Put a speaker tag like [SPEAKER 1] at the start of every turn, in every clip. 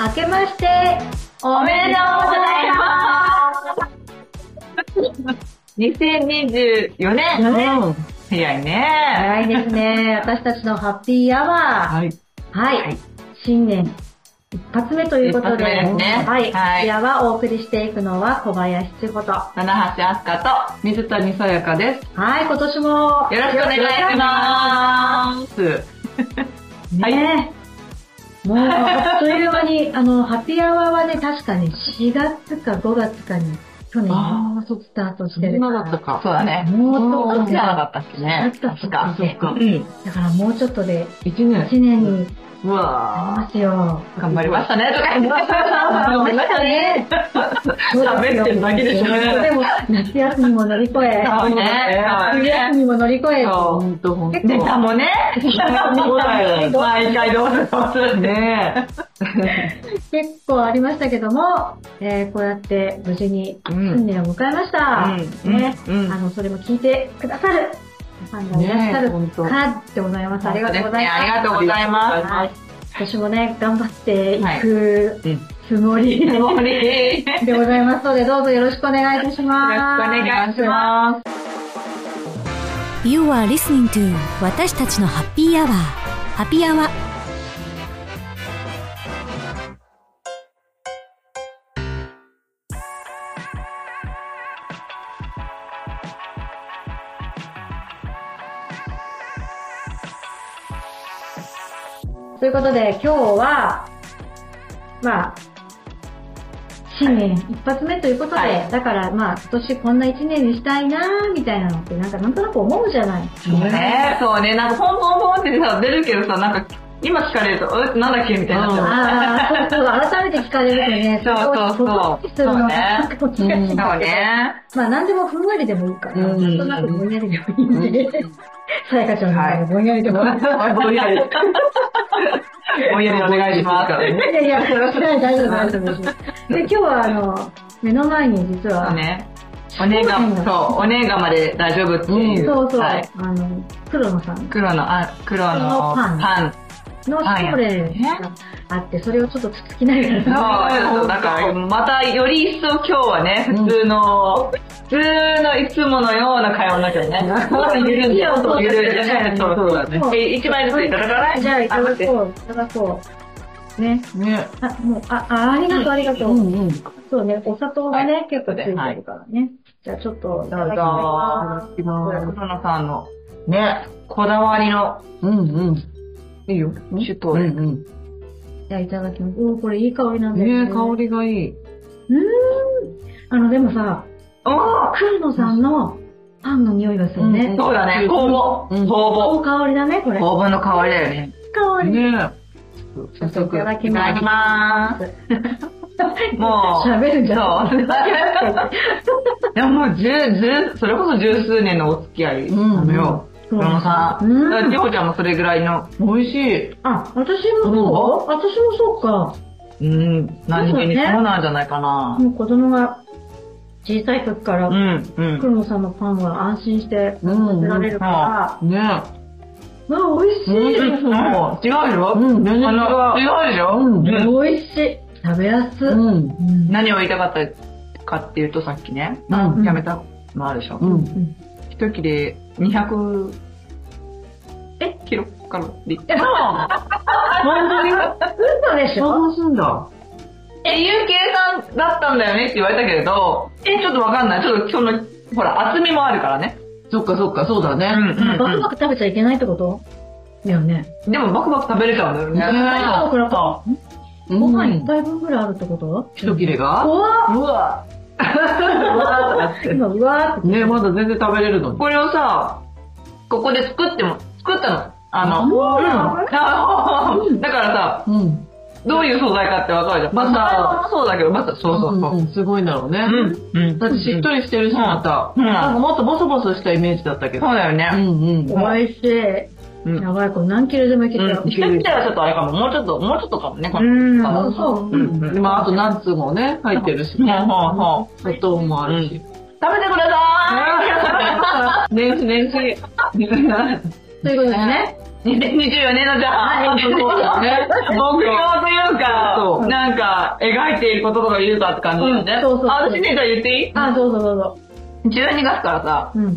[SPEAKER 1] 明けまして、おめでとうございます。
[SPEAKER 2] 2024年。
[SPEAKER 1] うん
[SPEAKER 2] 早いね。
[SPEAKER 1] 早いですね。私たちのハッピーアワー。
[SPEAKER 2] い。
[SPEAKER 1] はい。
[SPEAKER 2] はい
[SPEAKER 1] 新年一発目ということで、
[SPEAKER 2] 一発目ですね
[SPEAKER 1] はい。ハッ
[SPEAKER 2] はい
[SPEAKER 1] ピーアワーをお送りしていくのは小林千穂と。は
[SPEAKER 2] 七橋あすかと水谷さやかです。
[SPEAKER 1] い、今年も
[SPEAKER 2] よろしくお願いします。
[SPEAKER 1] す。ねもう、あっという間 に、あの、ハッピーアワーはね、確かに4月か5月かに、去年
[SPEAKER 2] あ
[SPEAKER 1] スタートしてる
[SPEAKER 3] 今
[SPEAKER 1] から。
[SPEAKER 3] だったか。
[SPEAKER 2] そうだね。
[SPEAKER 1] もう
[SPEAKER 2] ど
[SPEAKER 1] ど
[SPEAKER 2] っ
[SPEAKER 1] っ
[SPEAKER 2] ち
[SPEAKER 1] ち
[SPEAKER 2] じゃ
[SPEAKER 1] が
[SPEAKER 2] なかったっけね。
[SPEAKER 1] そっか
[SPEAKER 2] 確か。
[SPEAKER 1] そっか
[SPEAKER 2] うん。
[SPEAKER 1] だからもうちょっとで
[SPEAKER 3] 一年。
[SPEAKER 1] 1年に
[SPEAKER 3] う
[SPEAKER 1] な
[SPEAKER 3] わ
[SPEAKER 1] りますよ。
[SPEAKER 2] うん頑張りましたね、とか言って。頑張りましたね。喋ってるだけでしょ
[SPEAKER 1] でも、夏休みも乗り越え、
[SPEAKER 2] そうね。
[SPEAKER 1] 冬休みも乗り越え、
[SPEAKER 3] ぁ。
[SPEAKER 2] そ
[SPEAKER 3] ほんとほんと。
[SPEAKER 2] う。ネタもね。
[SPEAKER 3] そうだよ
[SPEAKER 2] 毎回どうぞどうぞって。
[SPEAKER 3] ね
[SPEAKER 1] 結構ありましたけども、えーこうやって無事に
[SPEAKER 3] え。う
[SPEAKER 1] 新
[SPEAKER 3] ん。
[SPEAKER 1] 年を迎えました。
[SPEAKER 3] うん
[SPEAKER 1] ね、
[SPEAKER 3] うん
[SPEAKER 1] あの、それも聞いてくださるファンがいらっしゃる
[SPEAKER 3] ねえ
[SPEAKER 1] かなって思います。ありがとうございます。
[SPEAKER 2] ありがとうございます。
[SPEAKER 1] はい今年もね、頑張っていく
[SPEAKER 3] うん
[SPEAKER 1] つもり
[SPEAKER 2] つもり。
[SPEAKER 1] でございますので、どうぞよろしくお願いいたします。。
[SPEAKER 2] よろしくお願いします
[SPEAKER 4] You are listening to 私たちのハッピーアワー。ハッピーアワー。
[SPEAKER 1] ということで、今日は、まあ、新年一発目ということで、
[SPEAKER 2] はい
[SPEAKER 1] だからまあ、今年こんな一年にしたいなーみたいなのって、なんかなんとなく思うじゃない。
[SPEAKER 2] ねそうね、なんかポンポンポンってさ、出るけどさ、なんか、今聞かれると、え、なんだっけみたいになっちゃう。、
[SPEAKER 1] ああ、そうそう、改めて聞かれるとね
[SPEAKER 2] そうそうそう
[SPEAKER 1] こをするの
[SPEAKER 2] そうね
[SPEAKER 1] なんかこう気がし
[SPEAKER 2] そ
[SPEAKER 1] ない
[SPEAKER 2] う
[SPEAKER 1] けど
[SPEAKER 2] ね。
[SPEAKER 1] まあ、なんでもふんわりでもいいから、な
[SPEAKER 3] うん
[SPEAKER 1] んとなくぼんやりでもいいんで、さやかちゃんみたいなぼんやりでもいい。
[SPEAKER 3] ぼんやり。
[SPEAKER 2] おやりお願いします。
[SPEAKER 1] いやいや、大丈夫、大丈夫大丈夫。で、今日は、あの、目の前に実
[SPEAKER 2] そ
[SPEAKER 1] は、
[SPEAKER 2] うね。おねが、そう、おねがまで大丈夫っていう。
[SPEAKER 1] そうそう、
[SPEAKER 2] はい。
[SPEAKER 1] あの、黒野さん
[SPEAKER 2] 黒の、あ、黒のパン。
[SPEAKER 1] のショーレン
[SPEAKER 2] はい
[SPEAKER 1] があって、それをちょっとつつきなが
[SPEAKER 2] そう、ち
[SPEAKER 1] ら、
[SPEAKER 2] ょっとなんか、またより一層今日はね、普通の、普通のいつものような会話になっちゃうね。ゆるんで、ゆるんで、そうそうだね。一枚ずついただかない
[SPEAKER 1] じゃあ、いただ
[SPEAKER 2] て。
[SPEAKER 1] こう、いただこう。ね。
[SPEAKER 3] ね
[SPEAKER 1] あ、もう、あ、あありがとう、ありがとう。
[SPEAKER 3] うん。い
[SPEAKER 1] そうね、お砂糖がね、結構ついて
[SPEAKER 2] で
[SPEAKER 1] る
[SPEAKER 2] はい
[SPEAKER 1] からね。じゃあ、ちょっと、いただき
[SPEAKER 3] た
[SPEAKER 1] ま
[SPEAKER 3] だきます。
[SPEAKER 2] 黒野さんの、ね、こだわりの
[SPEAKER 3] うんうん。いいよ。
[SPEAKER 2] シュト
[SPEAKER 3] う
[SPEAKER 2] ーレ。
[SPEAKER 3] ん
[SPEAKER 1] す。じゃあ、いただきます。うん、これいい香りな
[SPEAKER 3] うんん。
[SPEAKER 1] だよ
[SPEAKER 3] ね
[SPEAKER 1] ね。
[SPEAKER 3] え、香りがいい。
[SPEAKER 1] あの、でもさ、
[SPEAKER 2] お
[SPEAKER 1] 黒野さんのパンの匂いがするね。
[SPEAKER 2] そうだね、酵母。
[SPEAKER 3] うん
[SPEAKER 2] 酵
[SPEAKER 1] お香りだね、これ。
[SPEAKER 2] 母。酵母の香りだよね。
[SPEAKER 1] 香り。
[SPEAKER 3] ね
[SPEAKER 2] 早速、
[SPEAKER 1] いただきます
[SPEAKER 2] いただき まーす。もう、
[SPEAKER 1] 喋るんじゃない
[SPEAKER 2] そうでももう十、十、それこそ十数年のお付き合いなのよ。
[SPEAKER 1] うん
[SPEAKER 2] 黒野さん。
[SPEAKER 1] うん
[SPEAKER 2] だから千穂ちゃんもそれぐらいの、
[SPEAKER 3] え。美味しい。
[SPEAKER 1] あ、私もそう私もそうか。
[SPEAKER 2] うん、何気に
[SPEAKER 1] そうね
[SPEAKER 2] そうなんじゃないかな。
[SPEAKER 1] もう子供が小さい時か
[SPEAKER 2] う
[SPEAKER 1] ら、
[SPEAKER 2] ん、うん。
[SPEAKER 1] 黒野さんのパンは安心して食べられるから、
[SPEAKER 3] ね
[SPEAKER 1] うわ、美味しい。
[SPEAKER 2] もう、違うよ。
[SPEAKER 3] うん全然違う
[SPEAKER 2] あの違うでしょ
[SPEAKER 3] うん
[SPEAKER 2] うん
[SPEAKER 1] 美味しい。食べやす
[SPEAKER 3] え。
[SPEAKER 1] い。
[SPEAKER 3] うん。
[SPEAKER 1] うん
[SPEAKER 2] 何を言いたかったかっていうとさっきね、
[SPEAKER 3] う
[SPEAKER 2] や
[SPEAKER 3] ん
[SPEAKER 2] めたのあるでしょ。
[SPEAKER 3] うん。
[SPEAKER 2] 一切れ200
[SPEAKER 1] え
[SPEAKER 2] キロカロリー。
[SPEAKER 3] 本当に
[SPEAKER 1] 嘘でしょ
[SPEAKER 3] 探すんだ。
[SPEAKER 2] え、いう計算だったんだよねって言われたけれど、え、ちょっとわかんない。ちょっとその、ほら、厚みもあるからね。
[SPEAKER 3] そっかそっか、そうだ
[SPEAKER 2] う
[SPEAKER 3] ね。
[SPEAKER 1] バクバク食べちゃいけないってことだよね。
[SPEAKER 2] ん。でもバクバク食べれちゃうんだよね。
[SPEAKER 1] あ、これか。
[SPEAKER 3] うん
[SPEAKER 1] ご飯一杯分ぐらいあるってこと
[SPEAKER 3] 一切れが
[SPEAKER 1] 怖っ
[SPEAKER 3] うわ
[SPEAKER 1] 今、うわーって。
[SPEAKER 3] ねまだ全然食べれるのに。
[SPEAKER 2] これをさ、ここで作っても、作ったの。あの、
[SPEAKER 1] う
[SPEAKER 2] あの
[SPEAKER 1] うん
[SPEAKER 2] だからさ、
[SPEAKER 3] うん。
[SPEAKER 2] どういう素材かってわかるじゃん。
[SPEAKER 3] バター
[SPEAKER 2] ーもそうだけど、バター、そうそうそう。
[SPEAKER 3] んんすごいんだろうね。
[SPEAKER 2] うん。うん。
[SPEAKER 3] だってしっとりしてるし、
[SPEAKER 2] うん
[SPEAKER 3] また。
[SPEAKER 2] うん
[SPEAKER 3] なんかもっとボソボソしたイメージだったけど。
[SPEAKER 2] そうだよ
[SPEAKER 3] う
[SPEAKER 2] ね。
[SPEAKER 3] んうん。
[SPEAKER 1] 美味しい。
[SPEAKER 2] うん
[SPEAKER 1] やばい、これ何キロでもいけち
[SPEAKER 2] う
[SPEAKER 1] ゃ
[SPEAKER 2] ん
[SPEAKER 1] う。。
[SPEAKER 2] 下来たらちょっとあれかも。もうちょっと、もうちょっとかもね、こ
[SPEAKER 1] う
[SPEAKER 2] れ。
[SPEAKER 1] ん、
[SPEAKER 2] あ
[SPEAKER 1] そうそう。
[SPEAKER 3] う
[SPEAKER 1] うん
[SPEAKER 3] ん。でまああとナッツもね、入ってるし。
[SPEAKER 2] ほうほうほう。
[SPEAKER 3] 砂糖もあるし。
[SPEAKER 2] 食べてください
[SPEAKER 3] 年始年始。
[SPEAKER 1] ということでね、
[SPEAKER 2] 2024年のじゃあ、
[SPEAKER 1] はい
[SPEAKER 2] そうだね 目標という
[SPEAKER 3] そ
[SPEAKER 2] か、
[SPEAKER 3] う
[SPEAKER 2] なんか、描いていることとか言うかって感じだよね。
[SPEAKER 1] うんそうそうそう
[SPEAKER 2] あ、私ね、じゃあ言っていい
[SPEAKER 1] あ、どうぞどうぞ。
[SPEAKER 2] ?12 月からさ、
[SPEAKER 1] うん。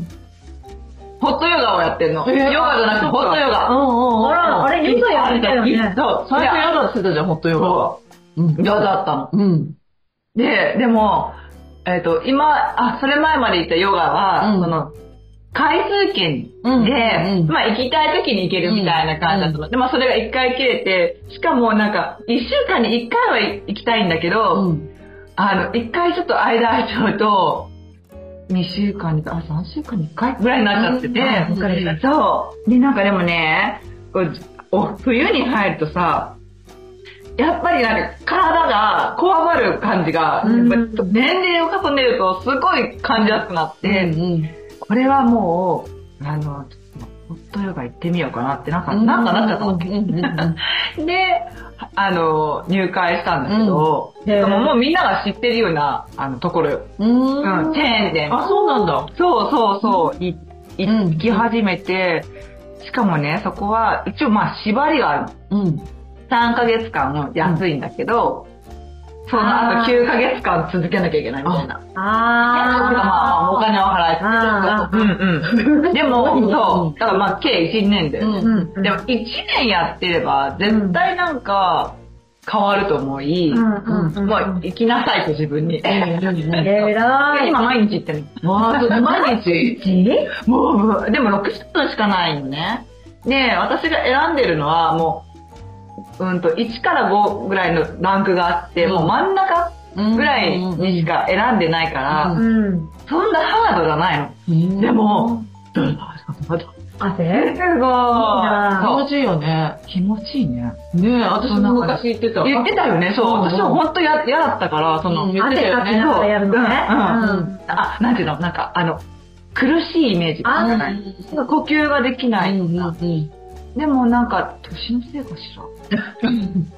[SPEAKER 2] ホットヨガをやってんの。
[SPEAKER 3] えー
[SPEAKER 2] ヨガじゃなくて、ホットヨガ。
[SPEAKER 3] うんうんうん。
[SPEAKER 1] あら、あれ、ヨガやってたよね。
[SPEAKER 3] そう、最初嫌だって言ってたじゃん、ホットヨガは。うん
[SPEAKER 2] ヨガだったの。
[SPEAKER 3] うん。
[SPEAKER 2] で、でも、えっ、と、今、あ、それ前まで言ったヨガは、
[SPEAKER 3] うん
[SPEAKER 2] その、回数券で、
[SPEAKER 3] うんうん
[SPEAKER 2] まあ行きたい時に行けるみたいな感じだったの。で、まあそれが1回切れて、しかもなんか、1週間に1回は行きたいんだけど、
[SPEAKER 3] うん。
[SPEAKER 2] あの、1回ちょっと間空いちゃうと、2週間に、あ、3週間に1回ぐらいになっちゃってて、
[SPEAKER 3] うん
[SPEAKER 2] わかるそう。で、なんかでもね、こうお冬に入るとさ、やっぱりなんか体がこわばる感じが、
[SPEAKER 1] うん
[SPEAKER 2] やっぱ年齢を重ねるとすごい感じやすくなって、
[SPEAKER 3] うん。
[SPEAKER 2] これはもう、あの、ちょっとホットヨガ行ってみようかなって、なんか、なんかなっちゃったわけ。
[SPEAKER 3] うんうんうん
[SPEAKER 2] で、あの、入会したんだけど、
[SPEAKER 1] うんへー
[SPEAKER 2] でももうみんなが知ってるような、あの、ところよ。
[SPEAKER 3] うん。う
[SPEAKER 2] うん、チェ
[SPEAKER 3] ん。
[SPEAKER 2] ーン店。
[SPEAKER 3] あ、そうなんだ。
[SPEAKER 2] そうそうそう、いい
[SPEAKER 3] うん
[SPEAKER 2] 行き始めて、しかもね、そこは、一応まあ縛りがある。
[SPEAKER 3] うん。
[SPEAKER 2] 3ヶ月間安いんだけど、その
[SPEAKER 1] あ
[SPEAKER 2] 後
[SPEAKER 1] ー
[SPEAKER 2] 9ヶ月間続けなきゃいけないみたいな。
[SPEAKER 1] あー。
[SPEAKER 2] なんかまあ、お金を払えて
[SPEAKER 1] あー
[SPEAKER 2] うんうん。でも、そう、だからまあ、計1年だよね。
[SPEAKER 3] うん
[SPEAKER 1] うん。
[SPEAKER 2] でも、1年やってれば、絶対なんか、変わると思い、
[SPEAKER 1] うんうんうん。
[SPEAKER 2] もう、行きなさいと自分に。
[SPEAKER 1] えらい。
[SPEAKER 2] 今毎日行ってる。
[SPEAKER 3] わあ、毎日
[SPEAKER 1] え
[SPEAKER 2] もうもう、でも6分しかないのね。で、私が選んでるのは、もう、うんと、1から5ぐらいのランクがあって、
[SPEAKER 3] うん
[SPEAKER 2] もう真ん中ぐらいにしか選んでないから、
[SPEAKER 3] う
[SPEAKER 1] うん。
[SPEAKER 2] そんなハードじゃないの。で
[SPEAKER 3] で
[SPEAKER 2] も、
[SPEAKER 1] 汗
[SPEAKER 2] すご
[SPEAKER 3] 楽
[SPEAKER 2] い。
[SPEAKER 3] しいよね。
[SPEAKER 2] そう。気持ちいいね。
[SPEAKER 3] ねえ、私も昔言ってた。
[SPEAKER 2] 言ってたよね、そう。
[SPEAKER 3] うんうん
[SPEAKER 2] 私は本当や嫌だったから、その、
[SPEAKER 3] うん
[SPEAKER 2] 言って
[SPEAKER 1] 汗
[SPEAKER 2] たよ
[SPEAKER 1] かき
[SPEAKER 2] ね。
[SPEAKER 1] ながらやるのね
[SPEAKER 2] そうう
[SPEAKER 1] う
[SPEAKER 2] んうんんあ、なんていうのなんか、あの、苦しいイメージ。
[SPEAKER 1] あ
[SPEAKER 2] なんか呼吸ができ
[SPEAKER 3] う
[SPEAKER 2] ない。
[SPEAKER 3] んうん
[SPEAKER 2] でもなんか、年のせいかし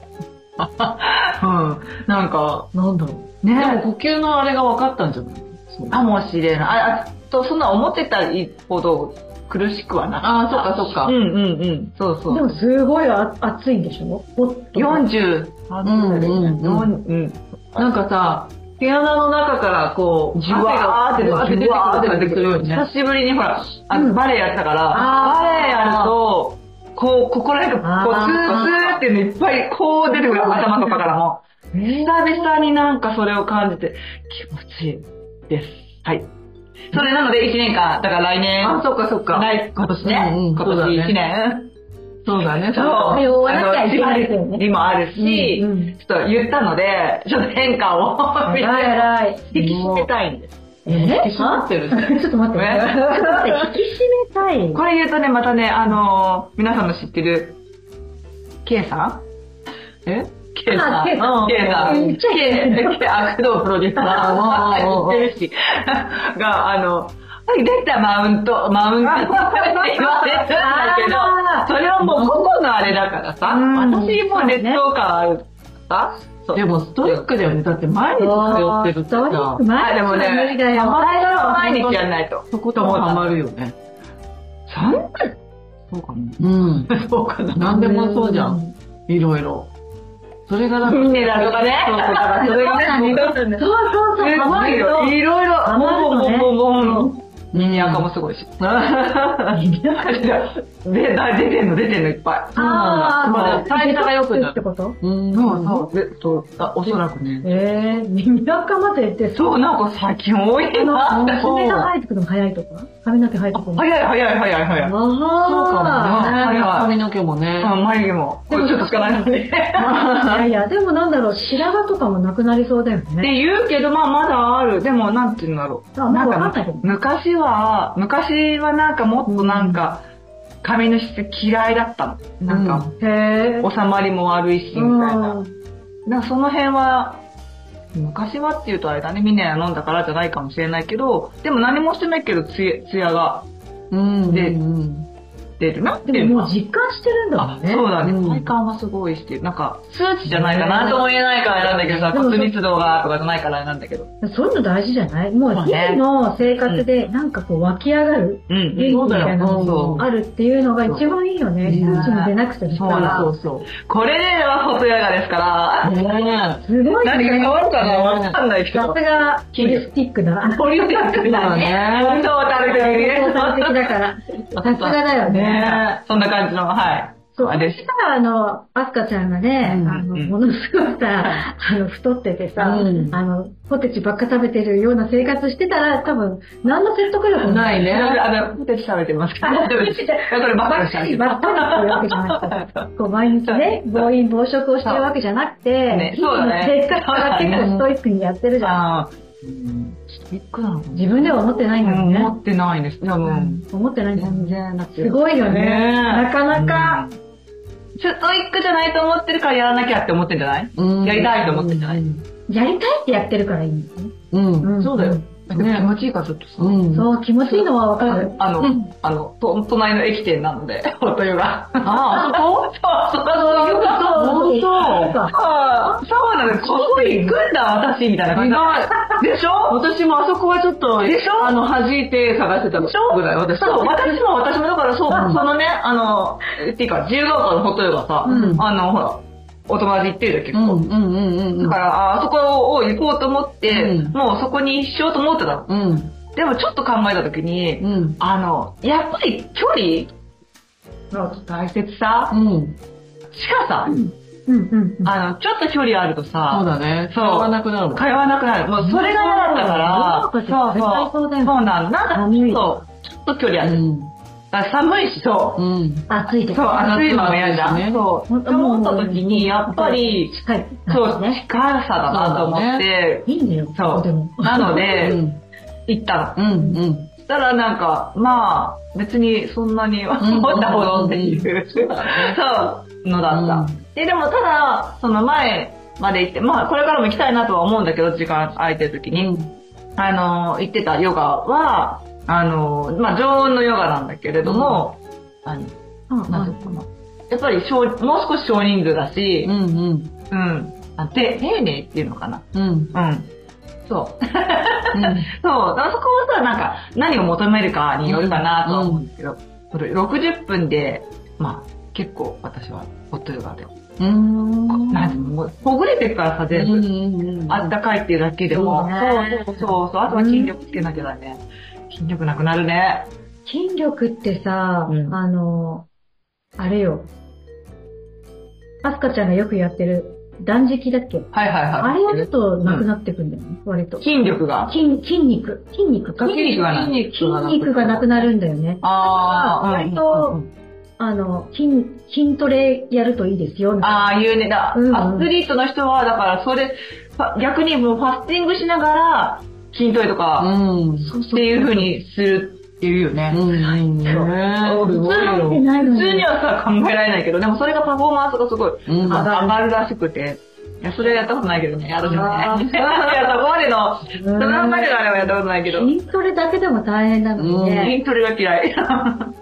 [SPEAKER 2] ら。うん。なんか、
[SPEAKER 3] なんだろう。
[SPEAKER 2] ね
[SPEAKER 3] でも呼吸のあれが分かったんじゃない
[SPEAKER 2] かもしれない。あ、あと、そんな思ってたほど苦しくはなか
[SPEAKER 3] あ
[SPEAKER 2] った。
[SPEAKER 3] あ、そっかそっか。
[SPEAKER 2] うんうんうん。そうそ
[SPEAKER 1] で
[SPEAKER 2] う。
[SPEAKER 1] もすごいあ暑いんでしょほっと。
[SPEAKER 2] 43歳だよね。
[SPEAKER 3] うんうん
[SPEAKER 2] うん。
[SPEAKER 3] なんかさ、毛穴の中からこう、
[SPEAKER 2] じわーって
[SPEAKER 3] 汗が
[SPEAKER 2] 出
[SPEAKER 3] 出
[SPEAKER 2] て
[SPEAKER 3] て
[SPEAKER 2] くる。
[SPEAKER 3] くる。出てくるよね。
[SPEAKER 2] 久しぶりにほら、あ
[SPEAKER 1] う
[SPEAKER 2] の
[SPEAKER 1] ん
[SPEAKER 2] バレエやってたから、
[SPEAKER 1] あー
[SPEAKER 2] バレエやると、こう、ここら辺が、こう、ス
[SPEAKER 1] あー
[SPEAKER 2] ースーっていうのいっぱいこう出てくる、頭とかからも。
[SPEAKER 1] えー
[SPEAKER 2] 久々になんかそれを感じて、気持ちいいです。はい。それなので1年間、だから来年、
[SPEAKER 3] あ、そっかそっか。
[SPEAKER 2] 来今年ね、
[SPEAKER 3] うんうん
[SPEAKER 2] 今
[SPEAKER 3] そうだね
[SPEAKER 2] 年1年。
[SPEAKER 3] そうだね。
[SPEAKER 2] そう。
[SPEAKER 3] だね
[SPEAKER 1] 通わなきゃいけないですよね
[SPEAKER 2] あのもあるし、
[SPEAKER 1] うんうん
[SPEAKER 2] ちょっと言ったので、ちょっと変化を 見て、
[SPEAKER 1] 偉い
[SPEAKER 2] 引き締めたいんです。
[SPEAKER 1] 偉い。え
[SPEAKER 3] 引き締まってるね。
[SPEAKER 1] ちょっと待ってね。
[SPEAKER 2] ね
[SPEAKER 1] ちょっと待って、引き締めたい。
[SPEAKER 2] これ言うとね、またね、あのー皆さんの知ってる、K さん
[SPEAKER 3] え
[SPEAKER 2] K さん。
[SPEAKER 1] あ K さん
[SPEAKER 2] K さん。
[SPEAKER 1] めっちゃいい
[SPEAKER 2] K 悪道プロデューサ
[SPEAKER 3] あ
[SPEAKER 2] ー
[SPEAKER 3] おうおうおうおう
[SPEAKER 2] 言ってるし、 が、あの、はい、出たマウント、マウントって言われるんだけど、
[SPEAKER 1] あ
[SPEAKER 2] それはもう個々のあれだからさ、
[SPEAKER 1] うん
[SPEAKER 2] 私も劣等感あるさ、そう
[SPEAKER 3] でもストイックだよね。だって毎日通ってるって
[SPEAKER 1] そう
[SPEAKER 3] さ、
[SPEAKER 2] あ、でもね、
[SPEAKER 1] 無理だよ。
[SPEAKER 2] 最初は毎日やんないと。
[SPEAKER 3] そこともハマるよね。
[SPEAKER 2] そんなそうかな。
[SPEAKER 3] うん。
[SPEAKER 2] そうかな。
[SPEAKER 3] なんでもそうじゃん。いろいろ。それがなんか、
[SPEAKER 2] ミネラルとかね。
[SPEAKER 3] そうそうだからそれがね
[SPEAKER 1] そうそうそう、ハマ
[SPEAKER 2] い
[SPEAKER 1] る
[SPEAKER 2] ろ
[SPEAKER 1] と。
[SPEAKER 2] いろ。ボンボンボンボン。
[SPEAKER 3] 耳
[SPEAKER 2] 赤も
[SPEAKER 3] す
[SPEAKER 2] すごいし。で、だ出てんの出てんのいっぱい。
[SPEAKER 1] あー
[SPEAKER 3] まあ、体が良くな
[SPEAKER 1] って
[SPEAKER 3] る。
[SPEAKER 1] こと
[SPEAKER 3] うん
[SPEAKER 2] そうそう。で、そう、あおそらくね。
[SPEAKER 1] えー、耳垢までって、
[SPEAKER 2] そう、なんか最近多い
[SPEAKER 1] あの、
[SPEAKER 2] な。
[SPEAKER 1] 爪が生えてくるの早いとか髪の毛生えてくるの
[SPEAKER 2] 早い早い早い早い。
[SPEAKER 1] あ
[SPEAKER 3] そうかもね。
[SPEAKER 2] はいはい
[SPEAKER 3] 髪の毛もね。
[SPEAKER 2] あ眉毛も。これちょっとしかないので。
[SPEAKER 1] いやいや、でもなんだろう、白髪とかもなくなりそうだよ
[SPEAKER 2] って
[SPEAKER 1] ね。
[SPEAKER 2] 言うけど、まあまだある。でも、なんて言うんだろう。
[SPEAKER 1] あまあわかんないけど
[SPEAKER 2] 昔は、昔はなんかもっとなんか、髪の質嫌いだったの。なんか、
[SPEAKER 1] へえ。
[SPEAKER 2] 収まりも悪いし、みたいな。
[SPEAKER 1] うん
[SPEAKER 2] なんかその辺は、昔はっていうとあれだね、ミネラ飲んだからじゃないかもしれないけど、でも何もしてないけど、つや、つやが
[SPEAKER 3] うん。
[SPEAKER 2] で
[SPEAKER 3] うん
[SPEAKER 2] 出してるなって
[SPEAKER 1] で
[SPEAKER 2] いうの
[SPEAKER 1] もも
[SPEAKER 2] は
[SPEAKER 1] う実感してるんだも
[SPEAKER 2] あ
[SPEAKER 1] ん
[SPEAKER 2] そ
[SPEAKER 1] ね。
[SPEAKER 2] うだね、
[SPEAKER 3] うん
[SPEAKER 2] 体感はすごいしてるなんか数値じゃないかなとも言えないからなんだけどさ
[SPEAKER 1] でも
[SPEAKER 2] 骨密度がとかじゃないからなんだけど
[SPEAKER 1] そういうの大事じゃないもう
[SPEAKER 2] そう
[SPEAKER 1] 日
[SPEAKER 2] ね
[SPEAKER 1] 々の生活でなんかこう湧き上がる
[SPEAKER 2] う
[SPEAKER 1] 元
[SPEAKER 2] ん
[SPEAKER 1] 気みたいなの
[SPEAKER 3] そう
[SPEAKER 1] があるっていうのが一番いいよね。
[SPEAKER 3] そう
[SPEAKER 1] 数値も出なくても
[SPEAKER 2] そうだ
[SPEAKER 3] そうそう
[SPEAKER 2] これではホトヤガですから、
[SPEAKER 3] そう。ね
[SPEAKER 1] すごい
[SPEAKER 2] 何か変わるかなわかんないけ
[SPEAKER 1] さ
[SPEAKER 2] ど
[SPEAKER 1] すが、ホリスティックだ。
[SPEAKER 2] ポリオティックだね
[SPEAKER 3] ね
[SPEAKER 2] トータル的に
[SPEAKER 1] ト
[SPEAKER 2] ね
[SPEAKER 1] ータル的だから。さすがだよね。
[SPEAKER 2] ねそんな感じのはい
[SPEAKER 1] そう、
[SPEAKER 2] あ
[SPEAKER 1] あ
[SPEAKER 2] れ
[SPEAKER 1] れ
[SPEAKER 2] で
[SPEAKER 1] し
[SPEAKER 2] す
[SPEAKER 1] たら、あの、アスカちゃんがね、
[SPEAKER 3] うん
[SPEAKER 1] あの、
[SPEAKER 2] うん
[SPEAKER 1] ものすごくさ、あの、太っててさ、
[SPEAKER 3] うん
[SPEAKER 1] あの、ポテチばっか食べてるような生活してたら、多分、何の説得力もない。
[SPEAKER 3] ないね。
[SPEAKER 2] あのポテチ食べてますけど大丈 夫です だからこれバカにし
[SPEAKER 1] ば
[SPEAKER 2] な
[SPEAKER 1] っ
[SPEAKER 2] い
[SPEAKER 1] かり
[SPEAKER 2] ですよ
[SPEAKER 1] ばっかりっていうわけじゃなくて、こう毎日ね、暴飲暴食をしてるわけじゃなくて
[SPEAKER 2] ね、そうだね
[SPEAKER 1] 日々の生活は結構ストイックにやってるじゃん。
[SPEAKER 2] あ
[SPEAKER 3] うんいくらなの
[SPEAKER 1] 自分では思ってないんだもんね。
[SPEAKER 2] 持ってないですでも
[SPEAKER 1] うん思ってないんだもん
[SPEAKER 3] 全
[SPEAKER 1] ね。
[SPEAKER 3] 然なくて。
[SPEAKER 1] すごいよね。
[SPEAKER 2] ね
[SPEAKER 1] なかなか、
[SPEAKER 2] ストイックじゃないと思ってるからやらなきゃって思ってんじゃない
[SPEAKER 3] うん
[SPEAKER 2] やりたいと思ってんじゃない
[SPEAKER 1] やりたいってやってるからいいんだよね。
[SPEAKER 3] うん。そうだよ。
[SPEAKER 1] ん。
[SPEAKER 2] だって気持ちいいからずっとさ
[SPEAKER 3] ん
[SPEAKER 1] そう、気持ちいいのはわかる。
[SPEAKER 2] あ
[SPEAKER 3] う
[SPEAKER 2] の、あの、と隣の駅店なの で、ホトヨガ。
[SPEAKER 3] ああ、
[SPEAKER 2] そうそうそう。よく
[SPEAKER 1] そう
[SPEAKER 3] 本
[SPEAKER 1] そう
[SPEAKER 2] ああ、そうなの、ここ行くんだ、私、みたいな感じ。でしょ
[SPEAKER 3] 私もあそこはちょっと、
[SPEAKER 2] でしょ
[SPEAKER 3] あの、弾いて探してたの。
[SPEAKER 2] でしょ
[SPEAKER 3] ぐらい、私。
[SPEAKER 2] そう、私も私もだからそう、そのね、あの、っていうか、自由が丘のホトヨガさ、
[SPEAKER 3] うん
[SPEAKER 2] あの、ほら、お友達行ってるじゃん、結構。
[SPEAKER 3] んう
[SPEAKER 2] だ
[SPEAKER 3] ん
[SPEAKER 2] から、ああそこを行こうと思って、
[SPEAKER 3] うん
[SPEAKER 2] もうそこにしようと思ってたの。
[SPEAKER 3] うん。
[SPEAKER 2] でもちょっと考えた時に、
[SPEAKER 3] うん。
[SPEAKER 2] あの、やっぱり距離の大切さ、
[SPEAKER 3] うん。
[SPEAKER 2] 近さ、
[SPEAKER 1] うんうんうん。
[SPEAKER 2] あの、ちょっと距離あると
[SPEAKER 3] そう
[SPEAKER 2] さ、
[SPEAKER 3] だね。
[SPEAKER 2] そう
[SPEAKER 3] 使わなくなるもん。
[SPEAKER 2] 通わなくなる。もうそれが嫌だったから、
[SPEAKER 1] そうそうそう
[SPEAKER 2] そう
[SPEAKER 1] そうだよ
[SPEAKER 2] そうなの。なんか、
[SPEAKER 1] 寒い
[SPEAKER 2] そう、ちょっと距離ある。
[SPEAKER 3] ん。
[SPEAKER 2] だから寒いし、そう。
[SPEAKER 3] うん。
[SPEAKER 1] 暑いと
[SPEAKER 2] そう、
[SPEAKER 1] か。
[SPEAKER 2] 暑いのが嫌じゃ
[SPEAKER 3] ね
[SPEAKER 2] ん。そう。と思った時に、やっぱり、
[SPEAKER 1] 近い。
[SPEAKER 2] そう、
[SPEAKER 1] ね。
[SPEAKER 2] 近さだなと思って、
[SPEAKER 1] いいんだよ。
[SPEAKER 2] そう
[SPEAKER 1] でも。
[SPEAKER 2] なの
[SPEAKER 3] う
[SPEAKER 2] で、
[SPEAKER 3] ん。
[SPEAKER 2] 行ったの。
[SPEAKER 3] うん。うん。
[SPEAKER 2] そしたらなんか、まあ、別にそんなに思ったほどっていう、そう、のだった。で、でもただ、その前まで行って、まあ、これからも行きたいなとは思うんだけど、時間空いてる時に、あの、行ってたヨガは、あの、まあ、常温のヨガなんだけれども、あの、
[SPEAKER 1] うんうん
[SPEAKER 2] なんていうのかなやっぱり少、もう少し少人数だし
[SPEAKER 3] う、ん。
[SPEAKER 2] うん。あて、丁寧っていうのかな。
[SPEAKER 3] うん。
[SPEAKER 2] うん。そう。 そう。だからそこはさ、なんか、何を求めるかによるかなとは思うんですけど、それ60分で、まあ、結構私は、ホットヨガで、
[SPEAKER 3] うん。
[SPEAKER 2] なんていうのもうほぐれてるからさ、全部。あったかいっていうだけでも、
[SPEAKER 1] そうね
[SPEAKER 2] そうそうそう、あとは筋力つけなきゃだね。筋力なくなるね。
[SPEAKER 1] 筋力ってさ、
[SPEAKER 2] うん
[SPEAKER 1] あの、あれよ。アスカちゃんがよくやってる断食だっけ
[SPEAKER 2] はいはいはい。
[SPEAKER 1] あれはちょっとなくなってくんだよね、割と。
[SPEAKER 2] 筋力が。
[SPEAKER 1] 筋、筋肉。筋肉か。
[SPEAKER 2] 筋肉がない
[SPEAKER 1] 筋肉がなくなるんだよね。
[SPEAKER 2] ああ、
[SPEAKER 1] 割とあの、筋、筋トレやるといいですよ、みたいな。
[SPEAKER 2] ああ、言うね。だ、
[SPEAKER 1] うんうん
[SPEAKER 2] アスリートの人は、だから、それ、ファ逆にもうファスティングしながら、筋トレとか、
[SPEAKER 3] うん。
[SPEAKER 2] っていう風にするっていうよね。
[SPEAKER 3] うん。
[SPEAKER 2] 普
[SPEAKER 3] ね
[SPEAKER 2] 通
[SPEAKER 1] 入って
[SPEAKER 2] の
[SPEAKER 1] ないのに。
[SPEAKER 2] 普通にはさ、考えられないけど、でもそれがパフォーマンスがすごい、
[SPEAKER 3] うん
[SPEAKER 2] 上がるらしくて。いや、それはやったことないけどね、 やるよ
[SPEAKER 1] あ
[SPEAKER 2] ね。いや、そこまでの、そ
[SPEAKER 1] うん
[SPEAKER 2] こまでのあれはやったことないけど、
[SPEAKER 1] 筋トレだけでも大変なのにね、
[SPEAKER 2] 筋トレが嫌い。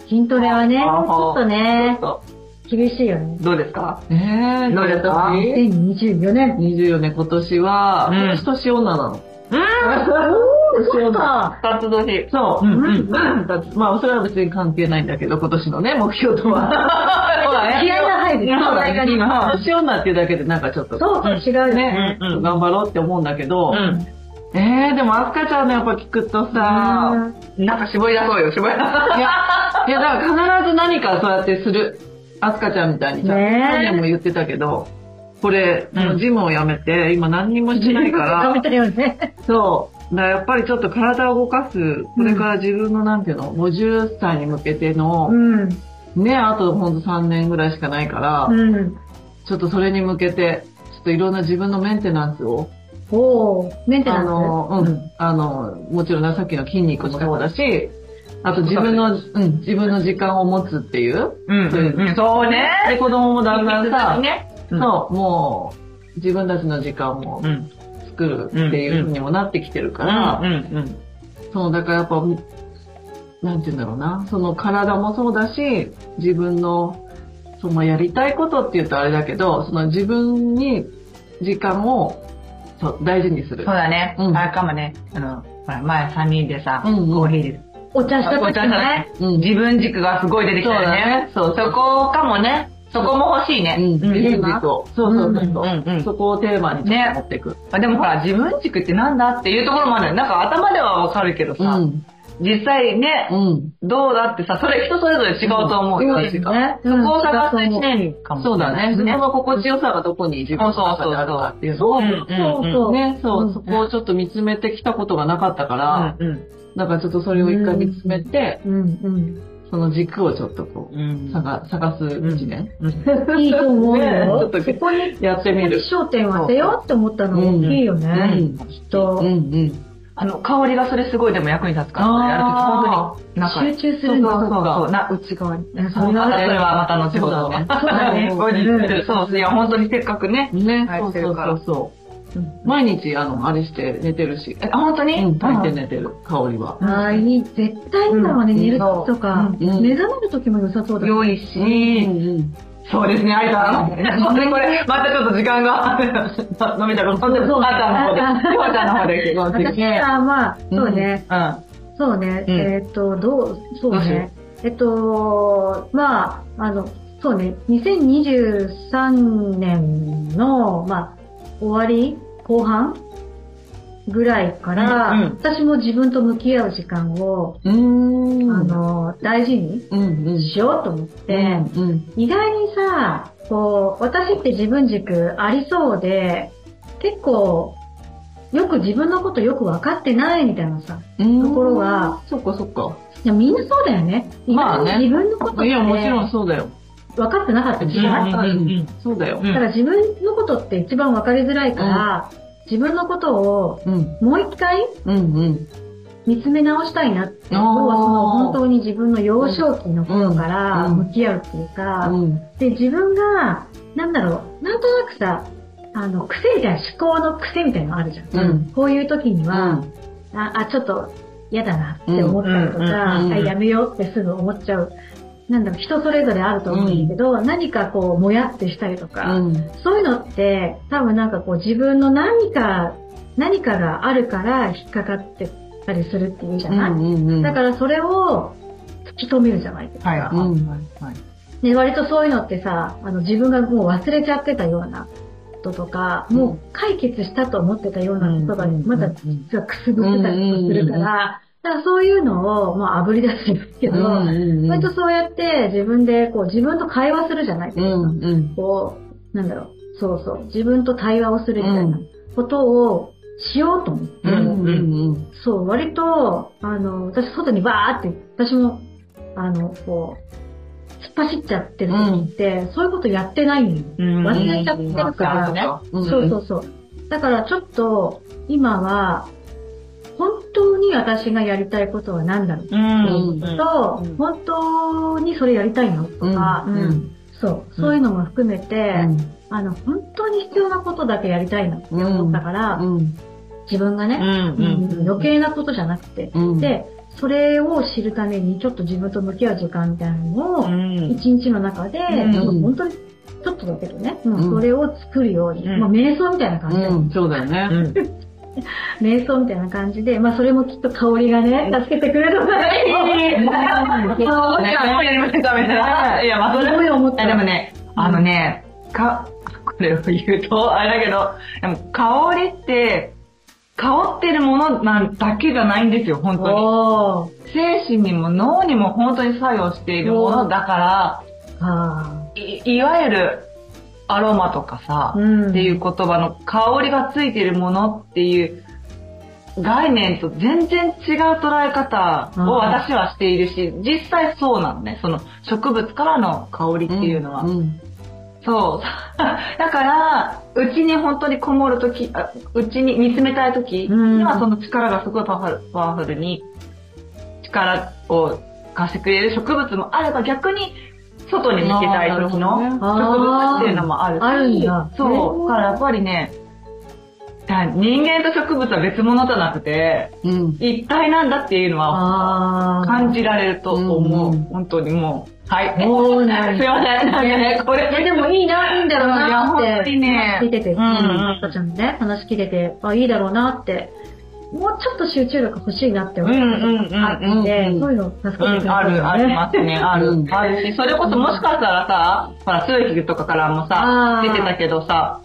[SPEAKER 1] 筋トレはね、ち
[SPEAKER 2] あー
[SPEAKER 1] ょっとね、
[SPEAKER 2] そ
[SPEAKER 1] 厳しいよね
[SPEAKER 2] う。どうですか
[SPEAKER 3] えー、どうですか
[SPEAKER 1] 2024年。
[SPEAKER 3] ?24 年今年は、
[SPEAKER 2] うん
[SPEAKER 3] 今年年女なの。
[SPEAKER 1] そ
[SPEAKER 3] そう
[SPEAKER 1] うか。
[SPEAKER 2] 二つ年。そう。
[SPEAKER 3] うん
[SPEAKER 2] うん
[SPEAKER 3] まあ、それは別に関係ないんだけど、今年のね、目標とは。
[SPEAKER 2] そうだね
[SPEAKER 1] 気合が入る。
[SPEAKER 2] そうだね今
[SPEAKER 3] 年女っていうだけでなんかちょっと、
[SPEAKER 1] そうそう、違うよ
[SPEAKER 3] ね
[SPEAKER 1] ね。、
[SPEAKER 2] うんうん
[SPEAKER 3] 頑張ろうって思うんだけど、
[SPEAKER 2] うん。
[SPEAKER 3] えー、でも、アスカちゃんのやっぱ聞くとさ、
[SPEAKER 2] なんか絞り出そうよ、絞り出そう。
[SPEAKER 3] いや、いや、だから必ず何かそうやってする。アスカちゃんみたいにさ、
[SPEAKER 1] ねえ
[SPEAKER 3] 去年も言ってたけど、これ、
[SPEAKER 2] うん
[SPEAKER 3] もうジムをやめて、今何にもしてな いから、
[SPEAKER 1] 食べたよね。
[SPEAKER 3] そう。だからやっぱりちょっと体を動かす、これから自分のなんていうの、50歳に向けて
[SPEAKER 1] う
[SPEAKER 3] の、
[SPEAKER 1] ん。
[SPEAKER 3] ね、あとほんと3年ぐらいしかないから、
[SPEAKER 1] うん。
[SPEAKER 3] ちょっとそれに向けて、ちょっといろんな自分のメンテナンスを、
[SPEAKER 1] おー、メンテ
[SPEAKER 3] あ
[SPEAKER 1] ナンス。
[SPEAKER 3] の、うん、
[SPEAKER 1] うん
[SPEAKER 3] あの、もちろんねさっきの筋肉もそうだし、あと自分の、うん、自分の時間を持つっていう。
[SPEAKER 2] うんうんうん。そうね。
[SPEAKER 3] で、子供もだんだんさ、
[SPEAKER 2] ね。
[SPEAKER 3] そう、もう、自分たちの時間も
[SPEAKER 2] うん。
[SPEAKER 3] 作るっていうふうにもなってきてるから、
[SPEAKER 2] うんうん。
[SPEAKER 3] そう、だからやっぱ、なんて言うんだろうな、その体もそうだし、自分の、そのやりたいことって言うとあれだけど、その自分に時間をそう大事にする。
[SPEAKER 2] そうだね。
[SPEAKER 3] うん
[SPEAKER 2] あれかもね、あの、ほら、前3人でさ、
[SPEAKER 3] うんうん
[SPEAKER 2] コーヒーで、
[SPEAKER 1] お茶した
[SPEAKER 2] お
[SPEAKER 1] 時
[SPEAKER 2] 茶した
[SPEAKER 1] ね
[SPEAKER 2] ね。
[SPEAKER 3] うん
[SPEAKER 2] 自分軸がすごい出てきたよね。
[SPEAKER 3] そうだねそう
[SPEAKER 2] そこかもね。そこも欲しいね。
[SPEAKER 3] うん、自分軸を。そうそうそうそう、
[SPEAKER 2] うんうん
[SPEAKER 3] そこをテーマにちょっと持っていく。
[SPEAKER 2] まあでもほら、自分軸ってなんだっていうところもあるよねなんか頭ではわかるけど
[SPEAKER 3] う
[SPEAKER 2] さ、
[SPEAKER 3] ん。
[SPEAKER 2] 実際ね、
[SPEAKER 3] うん。
[SPEAKER 2] どうだってさ、それ人それぞれ違うと思うよ。
[SPEAKER 3] うん違う違う
[SPEAKER 2] ね。そこを探す一年かもし
[SPEAKER 3] そう
[SPEAKER 2] れ
[SPEAKER 3] だ
[SPEAKER 2] ない
[SPEAKER 3] ね。そこの心地よさがどこに自分の中であるかっていうのを、
[SPEAKER 2] うんうん
[SPEAKER 1] そうそう。
[SPEAKER 3] ね、そう、
[SPEAKER 1] うん
[SPEAKER 3] そこをちょっと見つめてきたことがなかったから、
[SPEAKER 2] うん
[SPEAKER 3] だからちょっとそれを一回見つめて、
[SPEAKER 1] うん
[SPEAKER 3] その軸をちょっとこ
[SPEAKER 2] うん。
[SPEAKER 3] う、探探す一年、
[SPEAKER 1] うん。いいと思う
[SPEAKER 3] ねちょ
[SPEAKER 1] よ
[SPEAKER 3] っ。と
[SPEAKER 1] そこに、
[SPEAKER 3] や
[SPEAKER 1] そ
[SPEAKER 3] って
[SPEAKER 1] こ
[SPEAKER 3] み
[SPEAKER 1] に
[SPEAKER 3] る。
[SPEAKER 1] 焦点を当てようって思ったの
[SPEAKER 3] うん
[SPEAKER 1] 大きいよ
[SPEAKER 3] う
[SPEAKER 1] ね。
[SPEAKER 3] ん。
[SPEAKER 1] きっ
[SPEAKER 3] う
[SPEAKER 1] と
[SPEAKER 3] んう。ん。
[SPEAKER 2] あの、香りがそれすごいでも役に立つから、それやるとき本当に、なんか、
[SPEAKER 1] 集中するんだ。
[SPEAKER 2] そうそうそう、な、
[SPEAKER 1] 内側に。
[SPEAKER 2] そんなそれはまた後ほどね。
[SPEAKER 1] そうだね。
[SPEAKER 2] 後日
[SPEAKER 1] うん
[SPEAKER 2] そう、いや、本当にせっかくね。
[SPEAKER 3] ね、
[SPEAKER 2] はい
[SPEAKER 3] そうそうそうそう、
[SPEAKER 2] うん
[SPEAKER 3] 毎日、あの、あれして寝てるし。
[SPEAKER 2] え、あ本当に
[SPEAKER 3] うん、炊いて寝てる、香りは。
[SPEAKER 1] ああ、いい。絶対今はね、
[SPEAKER 2] うん
[SPEAKER 1] 寝る時とか、
[SPEAKER 3] うんうん
[SPEAKER 1] 目覚める時も良さそうだね。
[SPEAKER 2] 良いし、
[SPEAKER 3] うん
[SPEAKER 2] そうですね、あいさん。本当にこれ、またちょっと時間が、 飲みたく飲んでる。あちゃんの方で、ひょうちゃんの方で、ごめんな
[SPEAKER 1] 私
[SPEAKER 2] さい
[SPEAKER 1] はまあ、そうね、
[SPEAKER 2] うん。
[SPEAKER 1] そうね、
[SPEAKER 2] うん
[SPEAKER 1] えーっと、どう、そうね、えっと、まあ、あの、そうね、2023年の、まあ、終わり、後半ぐらいから、
[SPEAKER 2] うんうん
[SPEAKER 1] 私も自分と向き合う時間を、
[SPEAKER 3] うん。うーん。
[SPEAKER 1] あ、の、大事に
[SPEAKER 3] うんうん。
[SPEAKER 1] しようと思って、
[SPEAKER 3] うんうん。
[SPEAKER 1] 意外にさ、こう、私って自分軸ありそうで、結構、よく自分のことよく分かってないみたいなさ。
[SPEAKER 3] うん
[SPEAKER 1] ところが、
[SPEAKER 3] そっかそっか。
[SPEAKER 1] いや、みんなそうだよね。
[SPEAKER 3] まあね
[SPEAKER 1] 意外に自分のことって
[SPEAKER 3] いや、もちろ
[SPEAKER 1] 分
[SPEAKER 3] んそうだよ。
[SPEAKER 1] かってなかったりし
[SPEAKER 2] う
[SPEAKER 1] なんい、
[SPEAKER 2] うんうん
[SPEAKER 3] そうだよ。
[SPEAKER 1] だから自分のことって一番分かりづらいから、自分のことを
[SPEAKER 3] うん。
[SPEAKER 1] もう一回
[SPEAKER 3] うんうん。
[SPEAKER 1] 見つめ直したいなって、
[SPEAKER 3] あー
[SPEAKER 1] 要はその本当に自分の幼少期の頃から
[SPEAKER 3] うんうん
[SPEAKER 1] 向き合うっていうか、
[SPEAKER 3] うん。
[SPEAKER 1] で、自分が、なんだろう、なんとなくさ、あの、癖じゃん、思考の癖みたいなのあるじゃん。
[SPEAKER 3] うん
[SPEAKER 1] こういう時に
[SPEAKER 3] う
[SPEAKER 1] は、
[SPEAKER 3] ん。
[SPEAKER 1] あ、あ、ちょっと嫌だなって思ったりとか、
[SPEAKER 2] うん
[SPEAKER 3] うんうん
[SPEAKER 1] あやめようってすぐ思っちゃう。なんだろう、人それぞれあると思うんだけど、何かこう、もやってしたりと
[SPEAKER 3] う
[SPEAKER 1] か、
[SPEAKER 3] ん。
[SPEAKER 1] そういうのって、多分なんかこう、自分の何か、何かがあるから引っかかってたりするっていうじゃない、
[SPEAKER 3] うんうん。
[SPEAKER 1] だからそれを突き止めるじゃないですか。
[SPEAKER 2] はい。
[SPEAKER 3] う
[SPEAKER 2] うん
[SPEAKER 3] ん
[SPEAKER 2] はい
[SPEAKER 1] ね、割とそういうのってさ、あの自分がもう忘れちゃってたようなこととか、
[SPEAKER 3] うん
[SPEAKER 1] もう解決したと思ってたようなことが、
[SPEAKER 3] うん
[SPEAKER 1] まだ
[SPEAKER 3] うんうん
[SPEAKER 1] 実はくすぶってたりとかするから、
[SPEAKER 3] うんうんうんうん
[SPEAKER 1] だからそういうのを、まあ、あぶり出すんですけど、
[SPEAKER 3] うんうんうん。
[SPEAKER 1] 割とそうやって自分でこう自分と会話するじゃないです
[SPEAKER 3] う
[SPEAKER 1] か。
[SPEAKER 3] んうん。
[SPEAKER 1] こう、なんだろう、そうそう、自分と対話をするみたいなことをしようと思って、
[SPEAKER 3] うんうんうん。
[SPEAKER 1] そう、割と、あの、私、外にバーって、私も、あの、こう、突っ走っちゃってる時って、そういうことやってないのよ。
[SPEAKER 2] うん
[SPEAKER 1] 忘れちゃってるから
[SPEAKER 2] うん
[SPEAKER 3] そうん
[SPEAKER 1] そうそうそう。だから、ちょっと、今は、本当に私がやりたいことは何だろう
[SPEAKER 2] うん。
[SPEAKER 1] と、
[SPEAKER 3] うん
[SPEAKER 1] 本当にそれやりたいのと
[SPEAKER 3] うん。
[SPEAKER 1] か、
[SPEAKER 3] うんうん。
[SPEAKER 1] そう、
[SPEAKER 3] うん
[SPEAKER 1] そういうのも含めて、
[SPEAKER 3] うん
[SPEAKER 1] あの、本当に必要なことだけやりたいなって思ったから、
[SPEAKER 3] うん
[SPEAKER 1] 自分が
[SPEAKER 2] う
[SPEAKER 1] ね、
[SPEAKER 2] ん。
[SPEAKER 1] うん余計なことじゃなくて、
[SPEAKER 3] うん。
[SPEAKER 1] で、それを知るために、ちょっと自分と向き合う時間みたいなの
[SPEAKER 2] う
[SPEAKER 1] を、
[SPEAKER 2] ん。
[SPEAKER 1] 一日の中で、
[SPEAKER 2] うん
[SPEAKER 1] ちょっと本当に、ちょっとだけどね、うん
[SPEAKER 3] うん
[SPEAKER 1] それを作るように、
[SPEAKER 2] うん
[SPEAKER 1] まあ、瞑想みたいな感じで、
[SPEAKER 3] うん。そうだよね。
[SPEAKER 2] うん。
[SPEAKER 1] 瞑想みたいな感じで、まあ、それもきっと香りがね、助けてくれるのかなって
[SPEAKER 2] そう、やりました、みたいな。いや、まあ、それ
[SPEAKER 1] すごい思った。
[SPEAKER 2] えでもね、あのね、か、これを言うと、あれだけど、でも香りって、香ってるものなんだけじゃないんですよ、本当に。
[SPEAKER 1] おー
[SPEAKER 2] 精神にも脳にも本当に作用しているものだか
[SPEAKER 1] あ
[SPEAKER 2] ら、いいわゆるアロマとかさ
[SPEAKER 1] ー、うん
[SPEAKER 2] っていう言葉の香りがついてるものっていう概念と全然違う捉え方を私はしているし、実際そうなのね。その植物からの香りっていうのは。
[SPEAKER 3] うん。
[SPEAKER 2] そう。 だから、うちに本当にこもるとき、あうちに見つめたいとき
[SPEAKER 1] うん
[SPEAKER 2] にはその力がすごいパワフルパワフルに力を貸してくれる植物もあれば逆に外に向けたいときの
[SPEAKER 3] あーなるほどね
[SPEAKER 2] 植物っていうのもあるし。
[SPEAKER 1] あーあるんだ
[SPEAKER 2] そう。
[SPEAKER 1] へー
[SPEAKER 2] だからやっぱりね、かに人間と植物は別物じゃなくて、
[SPEAKER 3] うん。
[SPEAKER 2] 一体なんだっていうのは
[SPEAKER 1] ああ。
[SPEAKER 2] 感じられると思う。
[SPEAKER 3] うん
[SPEAKER 2] 本当にもう。はい。すい
[SPEAKER 1] もう
[SPEAKER 2] ま
[SPEAKER 1] な
[SPEAKER 2] せん。
[SPEAKER 1] んか
[SPEAKER 2] なんかね、これ。
[SPEAKER 1] いやでもいいな、いいんだろうなって
[SPEAKER 2] いや本当にね
[SPEAKER 1] 聞いてて、
[SPEAKER 2] うんうん
[SPEAKER 1] さっちゃんのね、話聞いてて、あ、いいだろうなって、もうちょっと集中力欲しいなって
[SPEAKER 2] うん
[SPEAKER 1] 思
[SPEAKER 2] う
[SPEAKER 1] っ
[SPEAKER 2] ん
[SPEAKER 1] て、
[SPEAKER 2] うんうん。
[SPEAKER 1] で
[SPEAKER 3] うん
[SPEAKER 1] そういうの助けてく
[SPEAKER 2] う
[SPEAKER 1] れる、
[SPEAKER 2] ん、ある、ありますね、ある
[SPEAKER 3] う。ん
[SPEAKER 2] あるし、それこそもしかしたらさ、ほら、ツーヒルとかからもさ
[SPEAKER 1] あ、ー
[SPEAKER 2] 出てたけどさ、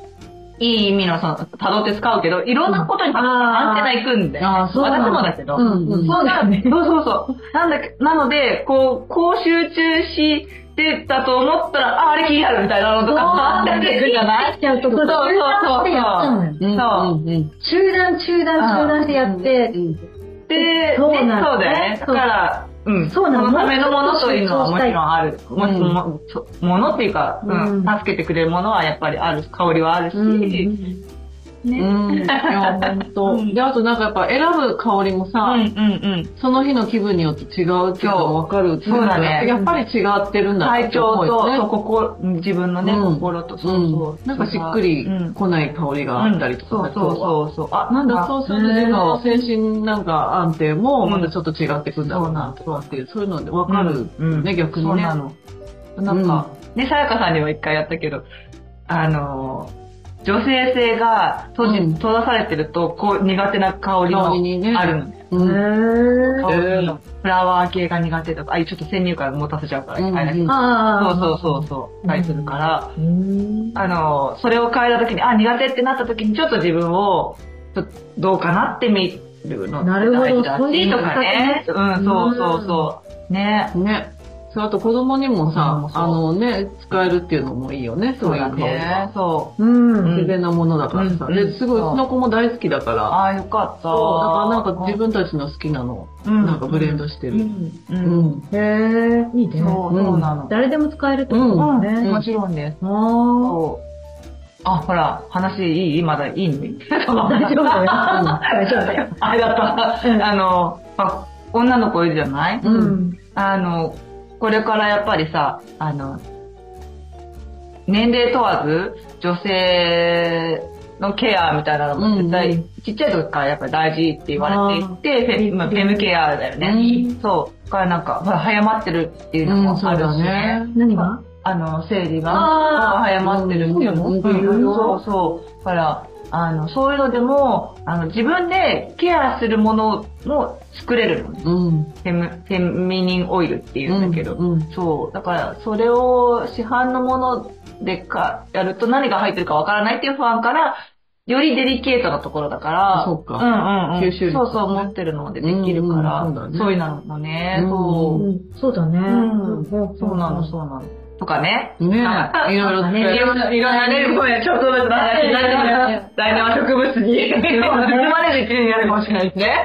[SPEAKER 2] いい意味のその、辿って使うけど、いろんなことにたくさんアンテナ行くんで、
[SPEAKER 1] あーそうなんだ
[SPEAKER 2] 私もだけど、
[SPEAKER 1] うんうん
[SPEAKER 2] そうだね。そうそうそう。なんだけ、なので、こう、こう集中してたと思ったら、あ、あれ気になるみたいなのとか、あったりするじゃない
[SPEAKER 1] しちゃうと、
[SPEAKER 2] そうそうそうそう
[SPEAKER 1] ってやっちゃうのよ。
[SPEAKER 3] うん
[SPEAKER 2] そう
[SPEAKER 3] うんうん
[SPEAKER 1] 中断、中断、中断してやって
[SPEAKER 3] う、ん
[SPEAKER 2] で、
[SPEAKER 1] そう
[SPEAKER 2] ね
[SPEAKER 1] なん
[SPEAKER 2] そうだ
[SPEAKER 1] だ
[SPEAKER 2] よ
[SPEAKER 1] ね
[SPEAKER 2] ね。だから、うん。
[SPEAKER 1] そうな
[SPEAKER 2] そ
[SPEAKER 1] の
[SPEAKER 2] のためのものというのはもちろんある。
[SPEAKER 3] う
[SPEAKER 2] も
[SPEAKER 3] ん
[SPEAKER 2] ちもちょものっていうか、うん
[SPEAKER 1] うん
[SPEAKER 2] 助けてくれるものはやっぱりある、香りはあるし、
[SPEAKER 1] うん
[SPEAKER 3] うん。うん。いや、ほんと。で、あとなんかやっぱ選ぶ香りも
[SPEAKER 2] うん
[SPEAKER 3] さ、
[SPEAKER 2] うん
[SPEAKER 3] その日の気分によって違うっていうのがわかる。
[SPEAKER 2] そうだね
[SPEAKER 3] やっぱり違ってる
[SPEAKER 2] うんん。
[SPEAKER 3] だ
[SPEAKER 2] 体調
[SPEAKER 3] って思う
[SPEAKER 2] と、
[SPEAKER 3] よね
[SPEAKER 2] そう、心、自分のね、
[SPEAKER 3] うん
[SPEAKER 2] 心と、そう
[SPEAKER 3] う
[SPEAKER 2] そ
[SPEAKER 3] ん
[SPEAKER 2] う。
[SPEAKER 3] なんかしっくり
[SPEAKER 2] うん
[SPEAKER 3] 来ない香りがあったりとか
[SPEAKER 2] そう
[SPEAKER 3] さ
[SPEAKER 2] そうそうそう。あ、なんだ、
[SPEAKER 3] そうすると自分の精神なんか安定もまたちょっと違ってくるんだろうなとかっていう、そういうのでわかる
[SPEAKER 2] うん
[SPEAKER 3] ね、逆に
[SPEAKER 2] そう
[SPEAKER 3] ね。
[SPEAKER 2] なの。なんか、ね、さやかさんには一回やったけど、あのー、女性性が閉じ、
[SPEAKER 3] うん
[SPEAKER 2] 閉ざされてると、こう、苦手な香り
[SPEAKER 3] 香りにね
[SPEAKER 2] もあるのね。
[SPEAKER 3] う
[SPEAKER 1] うん
[SPEAKER 3] ん。
[SPEAKER 1] へー
[SPEAKER 2] 香りのフラワー系が苦手とか、あ、ちょっと先入観持たせちゃうから、
[SPEAKER 3] うん
[SPEAKER 2] あれだけど
[SPEAKER 1] ああ。
[SPEAKER 2] そうそうそうそう、たりするから、
[SPEAKER 1] うん
[SPEAKER 2] あのー、それを変えた時に、あ、苦手ってなった時に、ちょっと自分を、ちょっとどうかなってみるの
[SPEAKER 1] なるほど
[SPEAKER 2] 大事だし
[SPEAKER 1] そういう
[SPEAKER 2] とかね。うん、そうそうそう。ね。
[SPEAKER 3] ね。そう、あと子供にも
[SPEAKER 2] う
[SPEAKER 3] さ
[SPEAKER 2] ん、そう
[SPEAKER 3] あのね、使えるっていうのもいいよね、そういう香りが。。
[SPEAKER 2] そう。
[SPEAKER 1] うん。
[SPEAKER 3] 自然なものだからさ。
[SPEAKER 2] うん
[SPEAKER 3] で、すごい、
[SPEAKER 2] そう
[SPEAKER 3] うちの子も大好きだから。
[SPEAKER 2] ああ、よかった。
[SPEAKER 3] そう、だからなんか自分たちの好きなのを、
[SPEAKER 2] 分
[SPEAKER 3] なんかブレンドしてる。
[SPEAKER 2] う。
[SPEAKER 3] うんん。
[SPEAKER 1] へえ、いいね。
[SPEAKER 2] そう、そうなの。
[SPEAKER 1] 誰でも使えるってことだね。
[SPEAKER 2] もちろんです。
[SPEAKER 1] あー
[SPEAKER 2] そう。あ、ほら、話いいまだいいの
[SPEAKER 1] 大丈夫だよ。大丈夫だよ。
[SPEAKER 2] あれだった。あの、あ女の子いるじゃない
[SPEAKER 1] うん。
[SPEAKER 2] あの、これからやっぱりさ、あの、年齢問わず、女性のケアみたいなのも絶
[SPEAKER 3] う
[SPEAKER 2] 対
[SPEAKER 3] ん、
[SPEAKER 2] ちっちゃい時からやっぱり大事って言われていて、フェまあフェムケアだよ
[SPEAKER 3] う
[SPEAKER 2] ね。そう。からなんか、ほら、早まってるっていうの
[SPEAKER 3] うん、
[SPEAKER 2] も
[SPEAKER 3] そ
[SPEAKER 2] あ
[SPEAKER 3] う
[SPEAKER 2] る
[SPEAKER 3] だ
[SPEAKER 2] しね。
[SPEAKER 3] ね。
[SPEAKER 1] 何が
[SPEAKER 2] あの、生理
[SPEAKER 1] あ
[SPEAKER 2] が早まってるっていうのも。
[SPEAKER 3] う
[SPEAKER 2] うんん
[SPEAKER 3] うん
[SPEAKER 2] そうそう。だから、あの、そういうのでも、あの、自分でケアするものも作れるのね。
[SPEAKER 3] うん。
[SPEAKER 2] フェム、フェミニンオイルっていうんだけど。
[SPEAKER 3] うん。
[SPEAKER 2] そう。だから、それを市販のものでか、やると何が入ってるかわからないっていう不安から、よりデリケートなところだから、
[SPEAKER 3] そうか
[SPEAKER 2] うんうん、うん、
[SPEAKER 3] 吸収率
[SPEAKER 2] そうそう、持ってるのでできるから、
[SPEAKER 3] うんうんそうだね
[SPEAKER 2] そういうのもね、
[SPEAKER 3] うん
[SPEAKER 2] そうう。
[SPEAKER 1] ん、そうだね。
[SPEAKER 2] うん
[SPEAKER 1] そ
[SPEAKER 2] そうなの、そうなの。とかね。
[SPEAKER 3] ね
[SPEAKER 2] なんか
[SPEAKER 3] いろいろ
[SPEAKER 2] ね、いろんな、いろんなね、ごめん、ちょっとずつの話になります来年は植物に、含まれる一年になるかもしれないですね。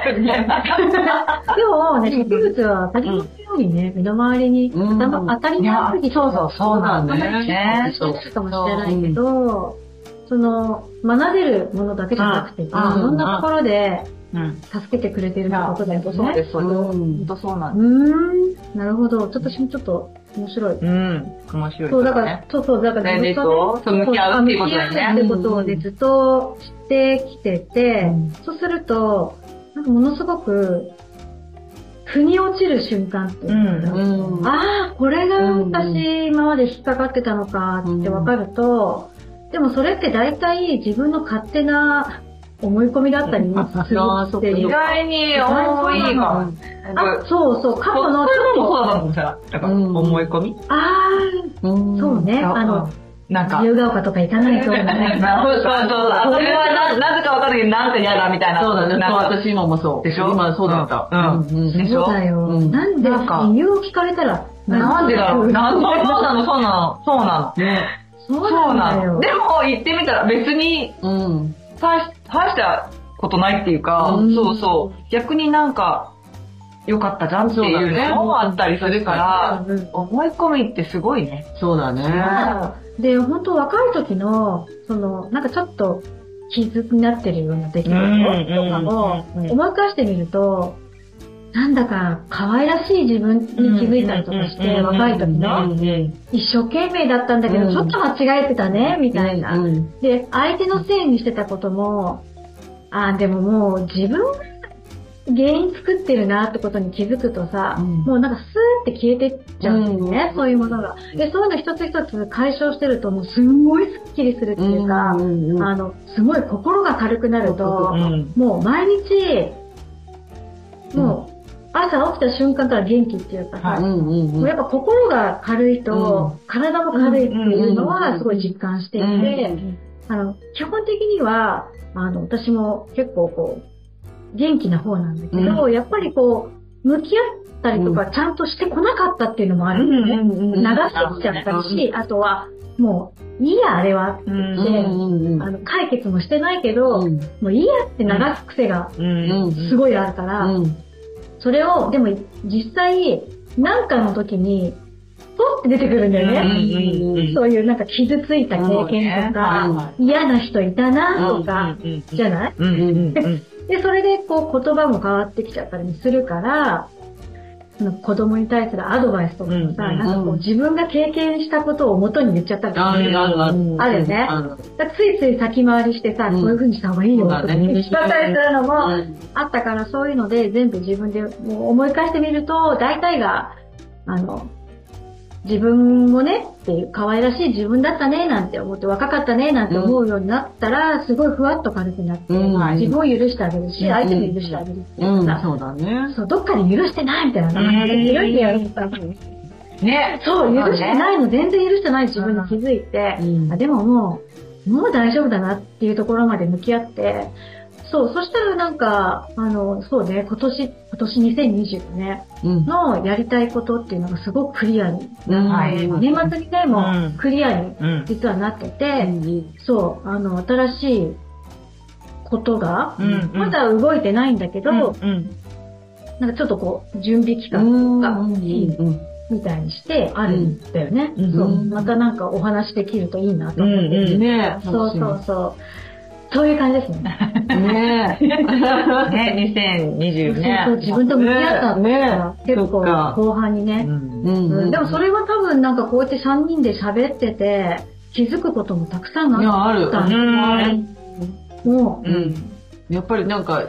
[SPEAKER 1] でもね、植物は先ほどのようにね、身の回りに
[SPEAKER 3] うん
[SPEAKER 1] 頭当たり
[SPEAKER 2] いや
[SPEAKER 1] 前すぎ、て、
[SPEAKER 2] そうそう、そうなんだ
[SPEAKER 1] あんま
[SPEAKER 2] よ
[SPEAKER 1] り
[SPEAKER 2] ね。
[SPEAKER 1] 知らないかもしれないけど、その、学べるものだけじゃなくて、い
[SPEAKER 2] うん
[SPEAKER 1] ろんなところで
[SPEAKER 2] うん。
[SPEAKER 1] 助けてくれてるってことだよね。
[SPEAKER 2] そうです、そうです。
[SPEAKER 3] う
[SPEAKER 2] 本
[SPEAKER 3] ん
[SPEAKER 2] 当そうなん
[SPEAKER 1] う
[SPEAKER 2] で
[SPEAKER 1] ーん、なるほど。ちょっと私もちょっと面白い。
[SPEAKER 2] す。うん。面白い。
[SPEAKER 1] そう、だから、、そうそう、だから
[SPEAKER 2] 年齢とそう向き合うっていうことだよね
[SPEAKER 1] 向き合うってことをね、ずっとしてきてて、
[SPEAKER 3] うん
[SPEAKER 1] そうすると、なんかものすごく、腑に落ちる瞬間っていうか、
[SPEAKER 3] うんうん
[SPEAKER 1] ああ、これが
[SPEAKER 3] うん
[SPEAKER 1] 私今まで引っかかってたのかってわかると、でもそれって大体自分の勝手な思い込みだったり
[SPEAKER 3] うんあ
[SPEAKER 1] する
[SPEAKER 3] あーそ
[SPEAKER 1] っ
[SPEAKER 3] っか
[SPEAKER 1] てい
[SPEAKER 2] 意
[SPEAKER 1] うか。
[SPEAKER 2] 外に多いが。
[SPEAKER 1] あ、そうそう、過去の
[SPEAKER 2] こ
[SPEAKER 1] ち
[SPEAKER 2] れも
[SPEAKER 1] ょっと、
[SPEAKER 2] そうだもんさ。だから、
[SPEAKER 3] うん
[SPEAKER 2] 思い込み
[SPEAKER 1] あ
[SPEAKER 3] うん
[SPEAKER 1] あ、そうね、あの、、
[SPEAKER 2] なんか
[SPEAKER 1] 自。由が丘とか行かないとみたいな。
[SPEAKER 2] そうそうそう。それはな、なぜかわかるけど、なんか嫌だみたいな。
[SPEAKER 3] そうだね。そう、
[SPEAKER 2] なんか
[SPEAKER 3] 私今もそう。
[SPEAKER 2] でしょ
[SPEAKER 3] 今そうだった。
[SPEAKER 2] うん
[SPEAKER 3] うん
[SPEAKER 2] でし
[SPEAKER 1] そ
[SPEAKER 2] ょ
[SPEAKER 1] うだよ。
[SPEAKER 3] うん
[SPEAKER 1] なんで
[SPEAKER 2] なんか
[SPEAKER 1] 理由を聞かれたら、
[SPEAKER 2] なんでだろう。なんでそうなの、そうなの、そうなの。
[SPEAKER 1] そう
[SPEAKER 2] そう
[SPEAKER 1] な
[SPEAKER 2] なん
[SPEAKER 1] だ
[SPEAKER 2] の。
[SPEAKER 1] よ。
[SPEAKER 2] でも、言ってみたら別に、
[SPEAKER 3] うん。
[SPEAKER 2] 大し大したことないっていうか
[SPEAKER 3] う、ん
[SPEAKER 2] そうそう。逆になんか、良かったじゃんっていうのもあったりするから、
[SPEAKER 1] うん
[SPEAKER 2] 思い込みってすごいね。
[SPEAKER 3] そうだね。
[SPEAKER 1] で、本当若い時の、その、なんかちょっと傷になってるような出来事とかも、
[SPEAKER 2] うんうんうんうん
[SPEAKER 1] 思い返してみると、なんだか可愛らしい自分に気づいたりとかし
[SPEAKER 2] うんうん
[SPEAKER 1] て、
[SPEAKER 2] うん
[SPEAKER 1] 若い時
[SPEAKER 2] う
[SPEAKER 1] の、
[SPEAKER 2] んうん
[SPEAKER 1] 一生懸命だったんだけ
[SPEAKER 3] う
[SPEAKER 1] ど、
[SPEAKER 3] ん
[SPEAKER 1] ちょっと間違えてたね、みたいな
[SPEAKER 3] う。ん。
[SPEAKER 1] で、相手のせいにしてたことも、あーでももう自分が原因作ってるなってことに気づくとさ、
[SPEAKER 3] うん
[SPEAKER 1] もうなんかスーって消えてっちゃうんですね、
[SPEAKER 3] うん
[SPEAKER 1] そういうものが。で、そういうの一つ一つ解消してるともうすんごいスッキリするっていうか、
[SPEAKER 3] うんうん
[SPEAKER 1] あの、すごい心が軽くなると、
[SPEAKER 2] うん。
[SPEAKER 1] もう毎日、もう朝起きた瞬間から元気っていうかさ、
[SPEAKER 2] はい
[SPEAKER 3] うんうん
[SPEAKER 1] もうやっぱ心が軽いと、体も軽いっていうのはすごい実感していて、
[SPEAKER 2] うんうんうん
[SPEAKER 1] あの、基本的には、あの、私も結構こう、元気な方なんだけど、やっぱりこう、向き合ったりとか、ちゃんとしてこなかったっていうのもあるんだよね。
[SPEAKER 2] ん
[SPEAKER 1] 流してきちゃったりし、あとは、もう、いいや、あれは。
[SPEAKER 2] う
[SPEAKER 3] うん
[SPEAKER 2] ん。
[SPEAKER 3] うんうん
[SPEAKER 1] あの、解決もしてないけど、
[SPEAKER 3] うん
[SPEAKER 1] もういいやって流す癖が
[SPEAKER 2] うん。
[SPEAKER 1] すごいあるから、
[SPEAKER 3] うん
[SPEAKER 1] それを、でも実際、なんかの時に、ポって出てくるんだよ
[SPEAKER 2] うん
[SPEAKER 1] ね。
[SPEAKER 2] うんうん
[SPEAKER 1] そういうなんか傷ついた経験とか、
[SPEAKER 3] うん
[SPEAKER 1] 嫌な人いたなとか、じゃない
[SPEAKER 2] うんうんうん。
[SPEAKER 1] で、それでこう言葉も変わってきちゃったりもするから、その子供に対するアドバイスとかもさ、
[SPEAKER 2] うんうん
[SPEAKER 1] なんかこう自分が経験したことを元に言っちゃったりと
[SPEAKER 3] あ
[SPEAKER 1] か、
[SPEAKER 3] るあるある。
[SPEAKER 1] あるよね
[SPEAKER 3] ある
[SPEAKER 1] だからついつい先回りしてさ、
[SPEAKER 3] うん
[SPEAKER 1] こういう風にした方がいいよとか
[SPEAKER 3] そうだね
[SPEAKER 1] 言っちゃったりするの
[SPEAKER 3] う
[SPEAKER 1] も
[SPEAKER 3] ん
[SPEAKER 1] あったから、そういうので全部自分でもう思い返してみると、大体が、あの、自分もねっていう可愛らしい自分だったねなんて思って若かったねなんて思うようになったら、すごいふわっと軽くなって、
[SPEAKER 3] うん
[SPEAKER 1] 自分を許してあげるし、
[SPEAKER 3] うん
[SPEAKER 1] 相手も許してあげるっていううんさ、
[SPEAKER 3] そうだね。
[SPEAKER 1] そう、どっかで許してないみたいな感じで、許してやる
[SPEAKER 2] ね。
[SPEAKER 1] そう、許してないの、全然許してない自分に気づいて、
[SPEAKER 3] うん
[SPEAKER 1] あでももう、もう大丈夫だなっていうところまで向き合って、そう、そしたらなんか、あの、そうね、今年、今年2020ね、
[SPEAKER 3] うん
[SPEAKER 1] のやりたいことっていうのがすごくクリアに、
[SPEAKER 2] はい
[SPEAKER 3] うん
[SPEAKER 1] 年末にでも
[SPEAKER 2] うん
[SPEAKER 1] クリアに
[SPEAKER 2] うん。
[SPEAKER 1] 実はなってて、
[SPEAKER 3] うん
[SPEAKER 1] そう、あの、新しいことが、
[SPEAKER 2] うん
[SPEAKER 1] まだ動いてないんだけど、
[SPEAKER 2] うん。
[SPEAKER 1] なんかちょっとこう、準備期間
[SPEAKER 3] うんうん
[SPEAKER 1] みたいにしてあるんだよね。
[SPEAKER 2] うん
[SPEAKER 1] そう
[SPEAKER 3] うん
[SPEAKER 1] またなんかお話できるといいなと
[SPEAKER 2] うん
[SPEAKER 1] 思って。
[SPEAKER 2] うん。
[SPEAKER 3] ねえ、
[SPEAKER 1] そうそうそう。そういう感じですね。
[SPEAKER 3] ねえ。
[SPEAKER 2] ね、2020ね。
[SPEAKER 1] そうそう自分と向き合ったんだから
[SPEAKER 3] ねね
[SPEAKER 1] 結構
[SPEAKER 3] そっか
[SPEAKER 1] 後半に
[SPEAKER 2] う
[SPEAKER 1] ね。
[SPEAKER 2] ん。
[SPEAKER 3] う
[SPEAKER 1] うんでもそ
[SPEAKER 3] れ
[SPEAKER 1] れは多分なんかこうやって3人で喋ってて、気づくこともたくさん
[SPEAKER 3] い
[SPEAKER 1] あ
[SPEAKER 3] や、ある。
[SPEAKER 1] った
[SPEAKER 2] うん。
[SPEAKER 1] って、も
[SPEAKER 2] うん。
[SPEAKER 3] やっぱりなんか、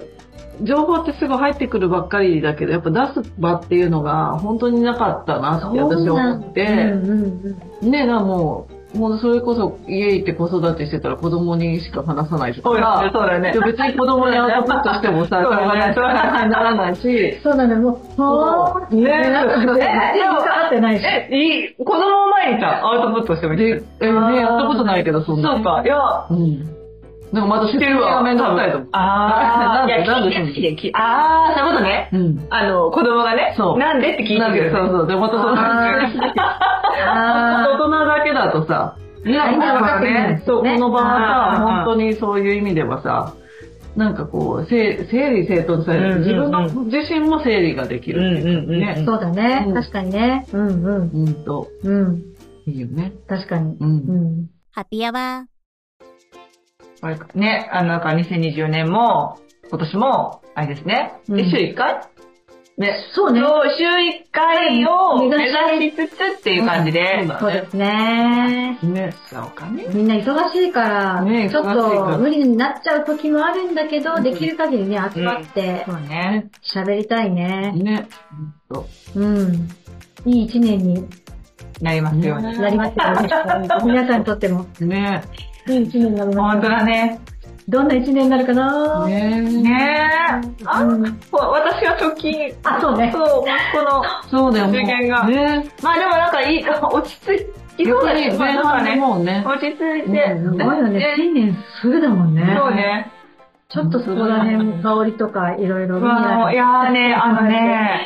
[SPEAKER 3] 情報ってすぐ入ってくるばっかりだけど、やっぱ出す場っていうのが本当になかったなって私は思っ
[SPEAKER 1] う、うん
[SPEAKER 3] て、
[SPEAKER 1] うん
[SPEAKER 3] ねえ、なもう、もうそれこそ家行って子育てしてたら子供にしか話さないと
[SPEAKER 2] そうだね、
[SPEAKER 3] か、
[SPEAKER 2] そうだね
[SPEAKER 3] いや。別に子供に会ったとしてもさ、
[SPEAKER 2] そうだね
[SPEAKER 3] 会話にならないし
[SPEAKER 1] う、ん。そうなの、もう、ほーって
[SPEAKER 2] ね
[SPEAKER 1] なんか全
[SPEAKER 2] えで
[SPEAKER 1] 然
[SPEAKER 2] も
[SPEAKER 1] かかってないし。
[SPEAKER 2] え、いい、子供前にさ、アウトプットしてもい
[SPEAKER 3] で、え
[SPEAKER 2] い
[SPEAKER 3] ねえやったことないけど、そんな。
[SPEAKER 2] そうか、いや、
[SPEAKER 3] うん。なんかまた
[SPEAKER 2] 知ってるわ。
[SPEAKER 3] 面倒くさい
[SPEAKER 2] 多
[SPEAKER 3] と思
[SPEAKER 2] 分あー、
[SPEAKER 3] なんで
[SPEAKER 2] いや
[SPEAKER 3] なんで
[SPEAKER 2] 聞いて好きで聞いあー、そういうことね。
[SPEAKER 3] う。うん。
[SPEAKER 2] あの、子供がね、
[SPEAKER 3] そう
[SPEAKER 2] なんでって聞いて
[SPEAKER 3] なん
[SPEAKER 2] く
[SPEAKER 3] で、
[SPEAKER 2] る。
[SPEAKER 3] そうそう。で、ま たその
[SPEAKER 1] あーあ
[SPEAKER 3] 大人だけだとさ、
[SPEAKER 1] み
[SPEAKER 3] ね、
[SPEAKER 1] んな分かってるんです
[SPEAKER 3] そう、
[SPEAKER 1] よね
[SPEAKER 3] この場は
[SPEAKER 2] あ
[SPEAKER 3] さ
[SPEAKER 2] ー、
[SPEAKER 3] 本当にそういう意味ではさ、なんかこう、整整理整頓さ
[SPEAKER 2] う
[SPEAKER 3] れ
[SPEAKER 2] んうんう
[SPEAKER 3] る。
[SPEAKER 2] ん
[SPEAKER 3] 自分の自身も整理ができ
[SPEAKER 2] うん
[SPEAKER 3] る。
[SPEAKER 2] うんうん。
[SPEAKER 1] ー
[SPEAKER 3] ね
[SPEAKER 1] そうだね
[SPEAKER 3] う。ん
[SPEAKER 1] 確かにね。うんうん。
[SPEAKER 3] うんと、
[SPEAKER 1] うん。
[SPEAKER 3] いいよね。
[SPEAKER 1] 確かに。
[SPEAKER 3] う。
[SPEAKER 1] うんん。
[SPEAKER 4] ハッピーアワー。
[SPEAKER 2] これね、あの、なんか2024年も、今年も、あれですね。
[SPEAKER 1] うん
[SPEAKER 2] で週1回ね。
[SPEAKER 1] そう
[SPEAKER 2] そ
[SPEAKER 1] ね。
[SPEAKER 2] う、週1回を
[SPEAKER 1] 目
[SPEAKER 2] 目
[SPEAKER 1] 指し
[SPEAKER 2] 指しつつっていう感じで。
[SPEAKER 3] そう
[SPEAKER 1] そう
[SPEAKER 3] だね。
[SPEAKER 1] ですね。
[SPEAKER 3] ね。そうかね。
[SPEAKER 1] みんな忙しいから、
[SPEAKER 3] ね
[SPEAKER 1] ちょっ
[SPEAKER 3] 忙しいか
[SPEAKER 1] と
[SPEAKER 3] ら
[SPEAKER 1] 無理になっちゃう時もあるんだけど、
[SPEAKER 3] うん
[SPEAKER 1] できる限りね、集まって
[SPEAKER 2] そうね。
[SPEAKER 1] 喋りたいね。
[SPEAKER 3] ね。うんと
[SPEAKER 1] うん。いい一年に
[SPEAKER 2] なりますように。
[SPEAKER 1] なりますよね。皆さんにとっても、
[SPEAKER 3] ね。
[SPEAKER 1] いい一年になりま
[SPEAKER 2] 本
[SPEAKER 1] す
[SPEAKER 2] 当
[SPEAKER 1] よ。
[SPEAKER 2] だね。
[SPEAKER 1] どんな一年になるかな、
[SPEAKER 3] ね。
[SPEAKER 2] ねえ。あ、
[SPEAKER 1] うん
[SPEAKER 2] そう私は直近、
[SPEAKER 1] あ、そうね。
[SPEAKER 2] そう、息子の、
[SPEAKER 3] そうだよ、もう。
[SPEAKER 2] 受験が
[SPEAKER 3] ね。
[SPEAKER 2] まあでもなんかいい、 落ち着い、そうだね。まあ
[SPEAKER 3] 前
[SPEAKER 2] なんか
[SPEAKER 3] 半で
[SPEAKER 2] ね、
[SPEAKER 3] もうね。
[SPEAKER 2] 落ち着いて、
[SPEAKER 1] す
[SPEAKER 3] う
[SPEAKER 1] ご
[SPEAKER 3] ん
[SPEAKER 1] いよね。新年すぐだもんね。
[SPEAKER 2] そうね。
[SPEAKER 1] ちょっとそこら辺も香りとかいろいろ見
[SPEAKER 2] まあ、
[SPEAKER 1] な
[SPEAKER 2] い
[SPEAKER 1] い。
[SPEAKER 2] やーね、あのね、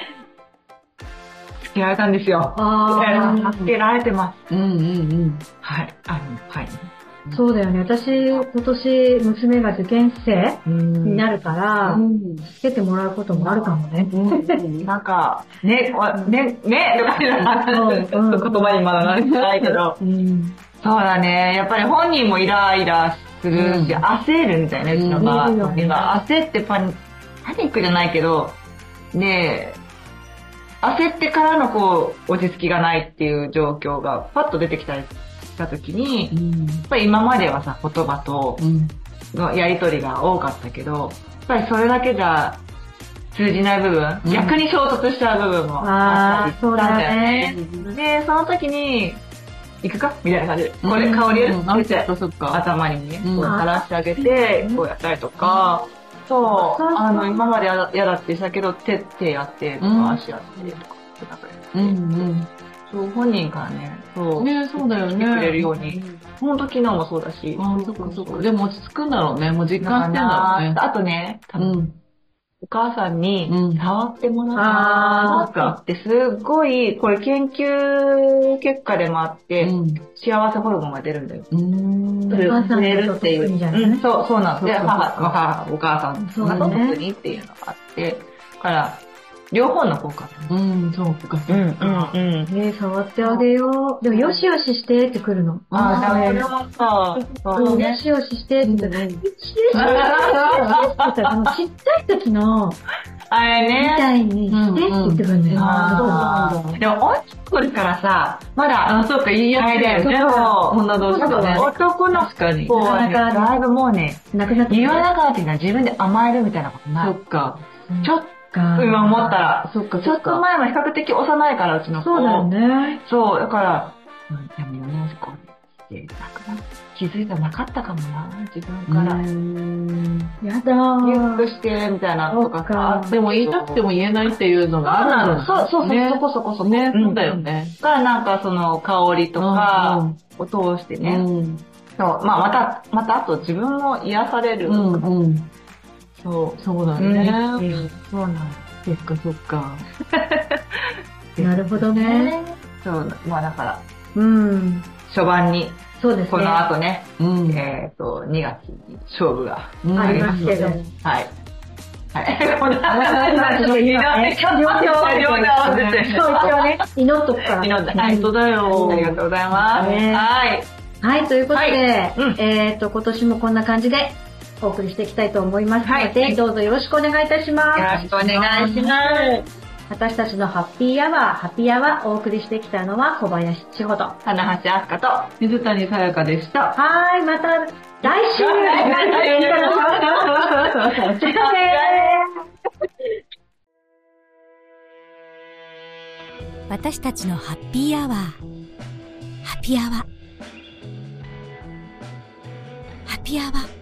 [SPEAKER 2] 付き合えたんですよ。
[SPEAKER 1] ああ、
[SPEAKER 2] 付けられてま
[SPEAKER 3] うんうん
[SPEAKER 2] す。はい。あの、はい。
[SPEAKER 1] そうだよね。私、今年娘が受験生になるから、
[SPEAKER 3] うん。うん
[SPEAKER 1] つけてもらうこともあるかもね。
[SPEAKER 3] うん
[SPEAKER 2] なんか、ね、わね、ね、とか言
[SPEAKER 1] うん
[SPEAKER 2] うの言葉にまだなってないけど。
[SPEAKER 3] うん。
[SPEAKER 2] そうだね。やっぱり本人もイライラするし、
[SPEAKER 3] うん
[SPEAKER 2] 焦るんだよね、うちの場合。
[SPEAKER 1] うん
[SPEAKER 2] 今、焦ってパニパニックじゃないけど、ね焦ってからのこう、落ち着きがないっていう状況がパッと出てきたりした時に、
[SPEAKER 3] うん
[SPEAKER 2] やっぱり今まではさ、言葉と、のやりとりが多かったけど、やっぱりそれだけじゃ通じない部分、
[SPEAKER 3] うん
[SPEAKER 2] 逆に衝突しちゃう部分も
[SPEAKER 1] ああ、
[SPEAKER 2] あったり
[SPEAKER 1] そ
[SPEAKER 2] し
[SPEAKER 1] う
[SPEAKER 2] たん
[SPEAKER 1] だ
[SPEAKER 2] だよね。
[SPEAKER 1] ね。
[SPEAKER 2] で、その時に、行くかみたいな感じで、これ香り
[SPEAKER 3] うんあ
[SPEAKER 2] をつけ
[SPEAKER 3] そってか、そっか。
[SPEAKER 2] 頭にね、こ
[SPEAKER 3] うん
[SPEAKER 2] う垂らしてあげて、こうやったりとか、そう、
[SPEAKER 1] そうそう
[SPEAKER 2] あの、今までやだやだってしたけど、手、手やって、と
[SPEAKER 3] うん
[SPEAKER 2] か足やって、とか、背中やって
[SPEAKER 3] うん
[SPEAKER 2] そう、本人からね、
[SPEAKER 3] う
[SPEAKER 2] そ
[SPEAKER 3] ん。
[SPEAKER 2] う、
[SPEAKER 3] ねそうだよ
[SPEAKER 2] 来てくれる
[SPEAKER 3] ね。
[SPEAKER 2] ように、ほんと昨日もそうだし、
[SPEAKER 3] あそっかそっか。でも落ち着くんだろうね。もう実感
[SPEAKER 2] なん
[SPEAKER 3] して
[SPEAKER 2] か
[SPEAKER 3] んだろう
[SPEAKER 2] な
[SPEAKER 3] ね。
[SPEAKER 2] あとね、多
[SPEAKER 3] う
[SPEAKER 2] 分
[SPEAKER 3] ん。
[SPEAKER 2] お母さんに
[SPEAKER 3] うん
[SPEAKER 2] 触っても
[SPEAKER 1] あ
[SPEAKER 2] ら
[SPEAKER 3] ー
[SPEAKER 2] ったってすっごい、これ研究結果でもあって、
[SPEAKER 3] う
[SPEAKER 2] 幸せホルモンが出るんだよ。
[SPEAKER 3] ん。
[SPEAKER 1] お母さんのこと特にじゃない
[SPEAKER 2] うん、そう、そうなんです。で
[SPEAKER 3] そっ
[SPEAKER 2] 母、
[SPEAKER 3] かそっか
[SPEAKER 2] 母、お母さん
[SPEAKER 1] そうだ
[SPEAKER 2] が
[SPEAKER 1] ね
[SPEAKER 2] 特にっていうのがあって、だから、両方の効果。
[SPEAKER 3] うん、そうか。
[SPEAKER 2] うん、うん、うん。
[SPEAKER 1] えー、触ってあげよう。でも、よしよししてってくるの。
[SPEAKER 2] ああ、だ
[SPEAKER 1] う
[SPEAKER 2] め
[SPEAKER 1] ん
[SPEAKER 2] ださ、そ
[SPEAKER 1] よ
[SPEAKER 2] うね。
[SPEAKER 1] しよししてって言ったら、よしよししてって言ったら、あのちっちゃい時の、み
[SPEAKER 2] あれね。
[SPEAKER 1] たいにしてって言ってくるんだよ。
[SPEAKER 2] あ
[SPEAKER 1] そうそうそう
[SPEAKER 2] ーでも、男ですからさ、まだ、
[SPEAKER 3] あ、そうか、いいや
[SPEAKER 2] あれだよね。そう
[SPEAKER 3] 女同士だね。
[SPEAKER 2] 男の
[SPEAKER 3] 確かに。
[SPEAKER 2] 子はね、
[SPEAKER 1] なかなか
[SPEAKER 2] だいぶもうね、
[SPEAKER 1] なくなって
[SPEAKER 2] 言わなかったのは自分で甘えるみたいなことな
[SPEAKER 3] そ
[SPEAKER 2] い。
[SPEAKER 3] っか。
[SPEAKER 2] ちょっ
[SPEAKER 1] か
[SPEAKER 2] と、今思った。ら、
[SPEAKER 3] そっか、
[SPEAKER 2] ち
[SPEAKER 3] そ
[SPEAKER 2] ょ
[SPEAKER 3] っ
[SPEAKER 2] っと
[SPEAKER 3] か。
[SPEAKER 2] 前は比較的幼いから、うちの子。
[SPEAKER 1] そうだよね。
[SPEAKER 2] そう、だから、うん、でも同じ子って、なくな気づいたなかったかもな、自分から。
[SPEAKER 1] やだ
[SPEAKER 2] ギュッと
[SPEAKER 1] ー。
[SPEAKER 2] して、みたいなとか
[SPEAKER 1] そっか
[SPEAKER 2] さ。
[SPEAKER 3] でも言いたくても言えないっていうのが
[SPEAKER 2] あなん
[SPEAKER 3] ある
[SPEAKER 2] の
[SPEAKER 3] だろ
[SPEAKER 2] そうそうそう、
[SPEAKER 3] ね
[SPEAKER 2] そこそこそこ。
[SPEAKER 3] ね、
[SPEAKER 2] うん
[SPEAKER 3] そうだよ。ね。
[SPEAKER 2] だからなんかその香りとかを通して
[SPEAKER 3] うん、
[SPEAKER 2] ね、そうまあまた、またあと自分も癒され
[SPEAKER 3] う
[SPEAKER 2] る。
[SPEAKER 3] ん、うん、うん。
[SPEAKER 2] そ
[SPEAKER 3] そうだ
[SPEAKER 2] う。ね
[SPEAKER 3] ね。
[SPEAKER 1] そうなの。
[SPEAKER 3] そっか、そっか。
[SPEAKER 1] なるほどね。
[SPEAKER 2] そう、まあだから、
[SPEAKER 1] うん。
[SPEAKER 2] 初版に、
[SPEAKER 1] そうですね。
[SPEAKER 2] この後ね、
[SPEAKER 3] うん。
[SPEAKER 2] えっ、と、2月に勝負が。
[SPEAKER 3] うん
[SPEAKER 1] ありますけ ど。
[SPEAKER 2] はい。はい。 こんな
[SPEAKER 1] ちょっと
[SPEAKER 2] 両
[SPEAKER 1] 今ね
[SPEAKER 2] 手を合わせて。
[SPEAKER 1] そう、一応ね、祈っとくから。
[SPEAKER 2] 祈っては
[SPEAKER 3] 本
[SPEAKER 2] い
[SPEAKER 3] 当だよ。
[SPEAKER 2] ありがとうございます。
[SPEAKER 1] ね
[SPEAKER 2] はい。
[SPEAKER 1] はい、ということで、
[SPEAKER 2] はいうん
[SPEAKER 1] えっ、と、今年もこんな感じでお送りしていきたいと思いますので、
[SPEAKER 2] はい
[SPEAKER 1] どうぞよろしくお願いいたします。
[SPEAKER 2] よろしくお願いします。
[SPEAKER 1] 私たちのハッピーアワー、ハッピーアワーお送りしてきたのは小林千穂と。は
[SPEAKER 2] 花橋飛鳥と、
[SPEAKER 3] 水谷さやかでした。
[SPEAKER 1] ーい、また来週じゃあねー
[SPEAKER 4] 私たちのハッピーアワー。ハッピーアワー。ハッピーアワー。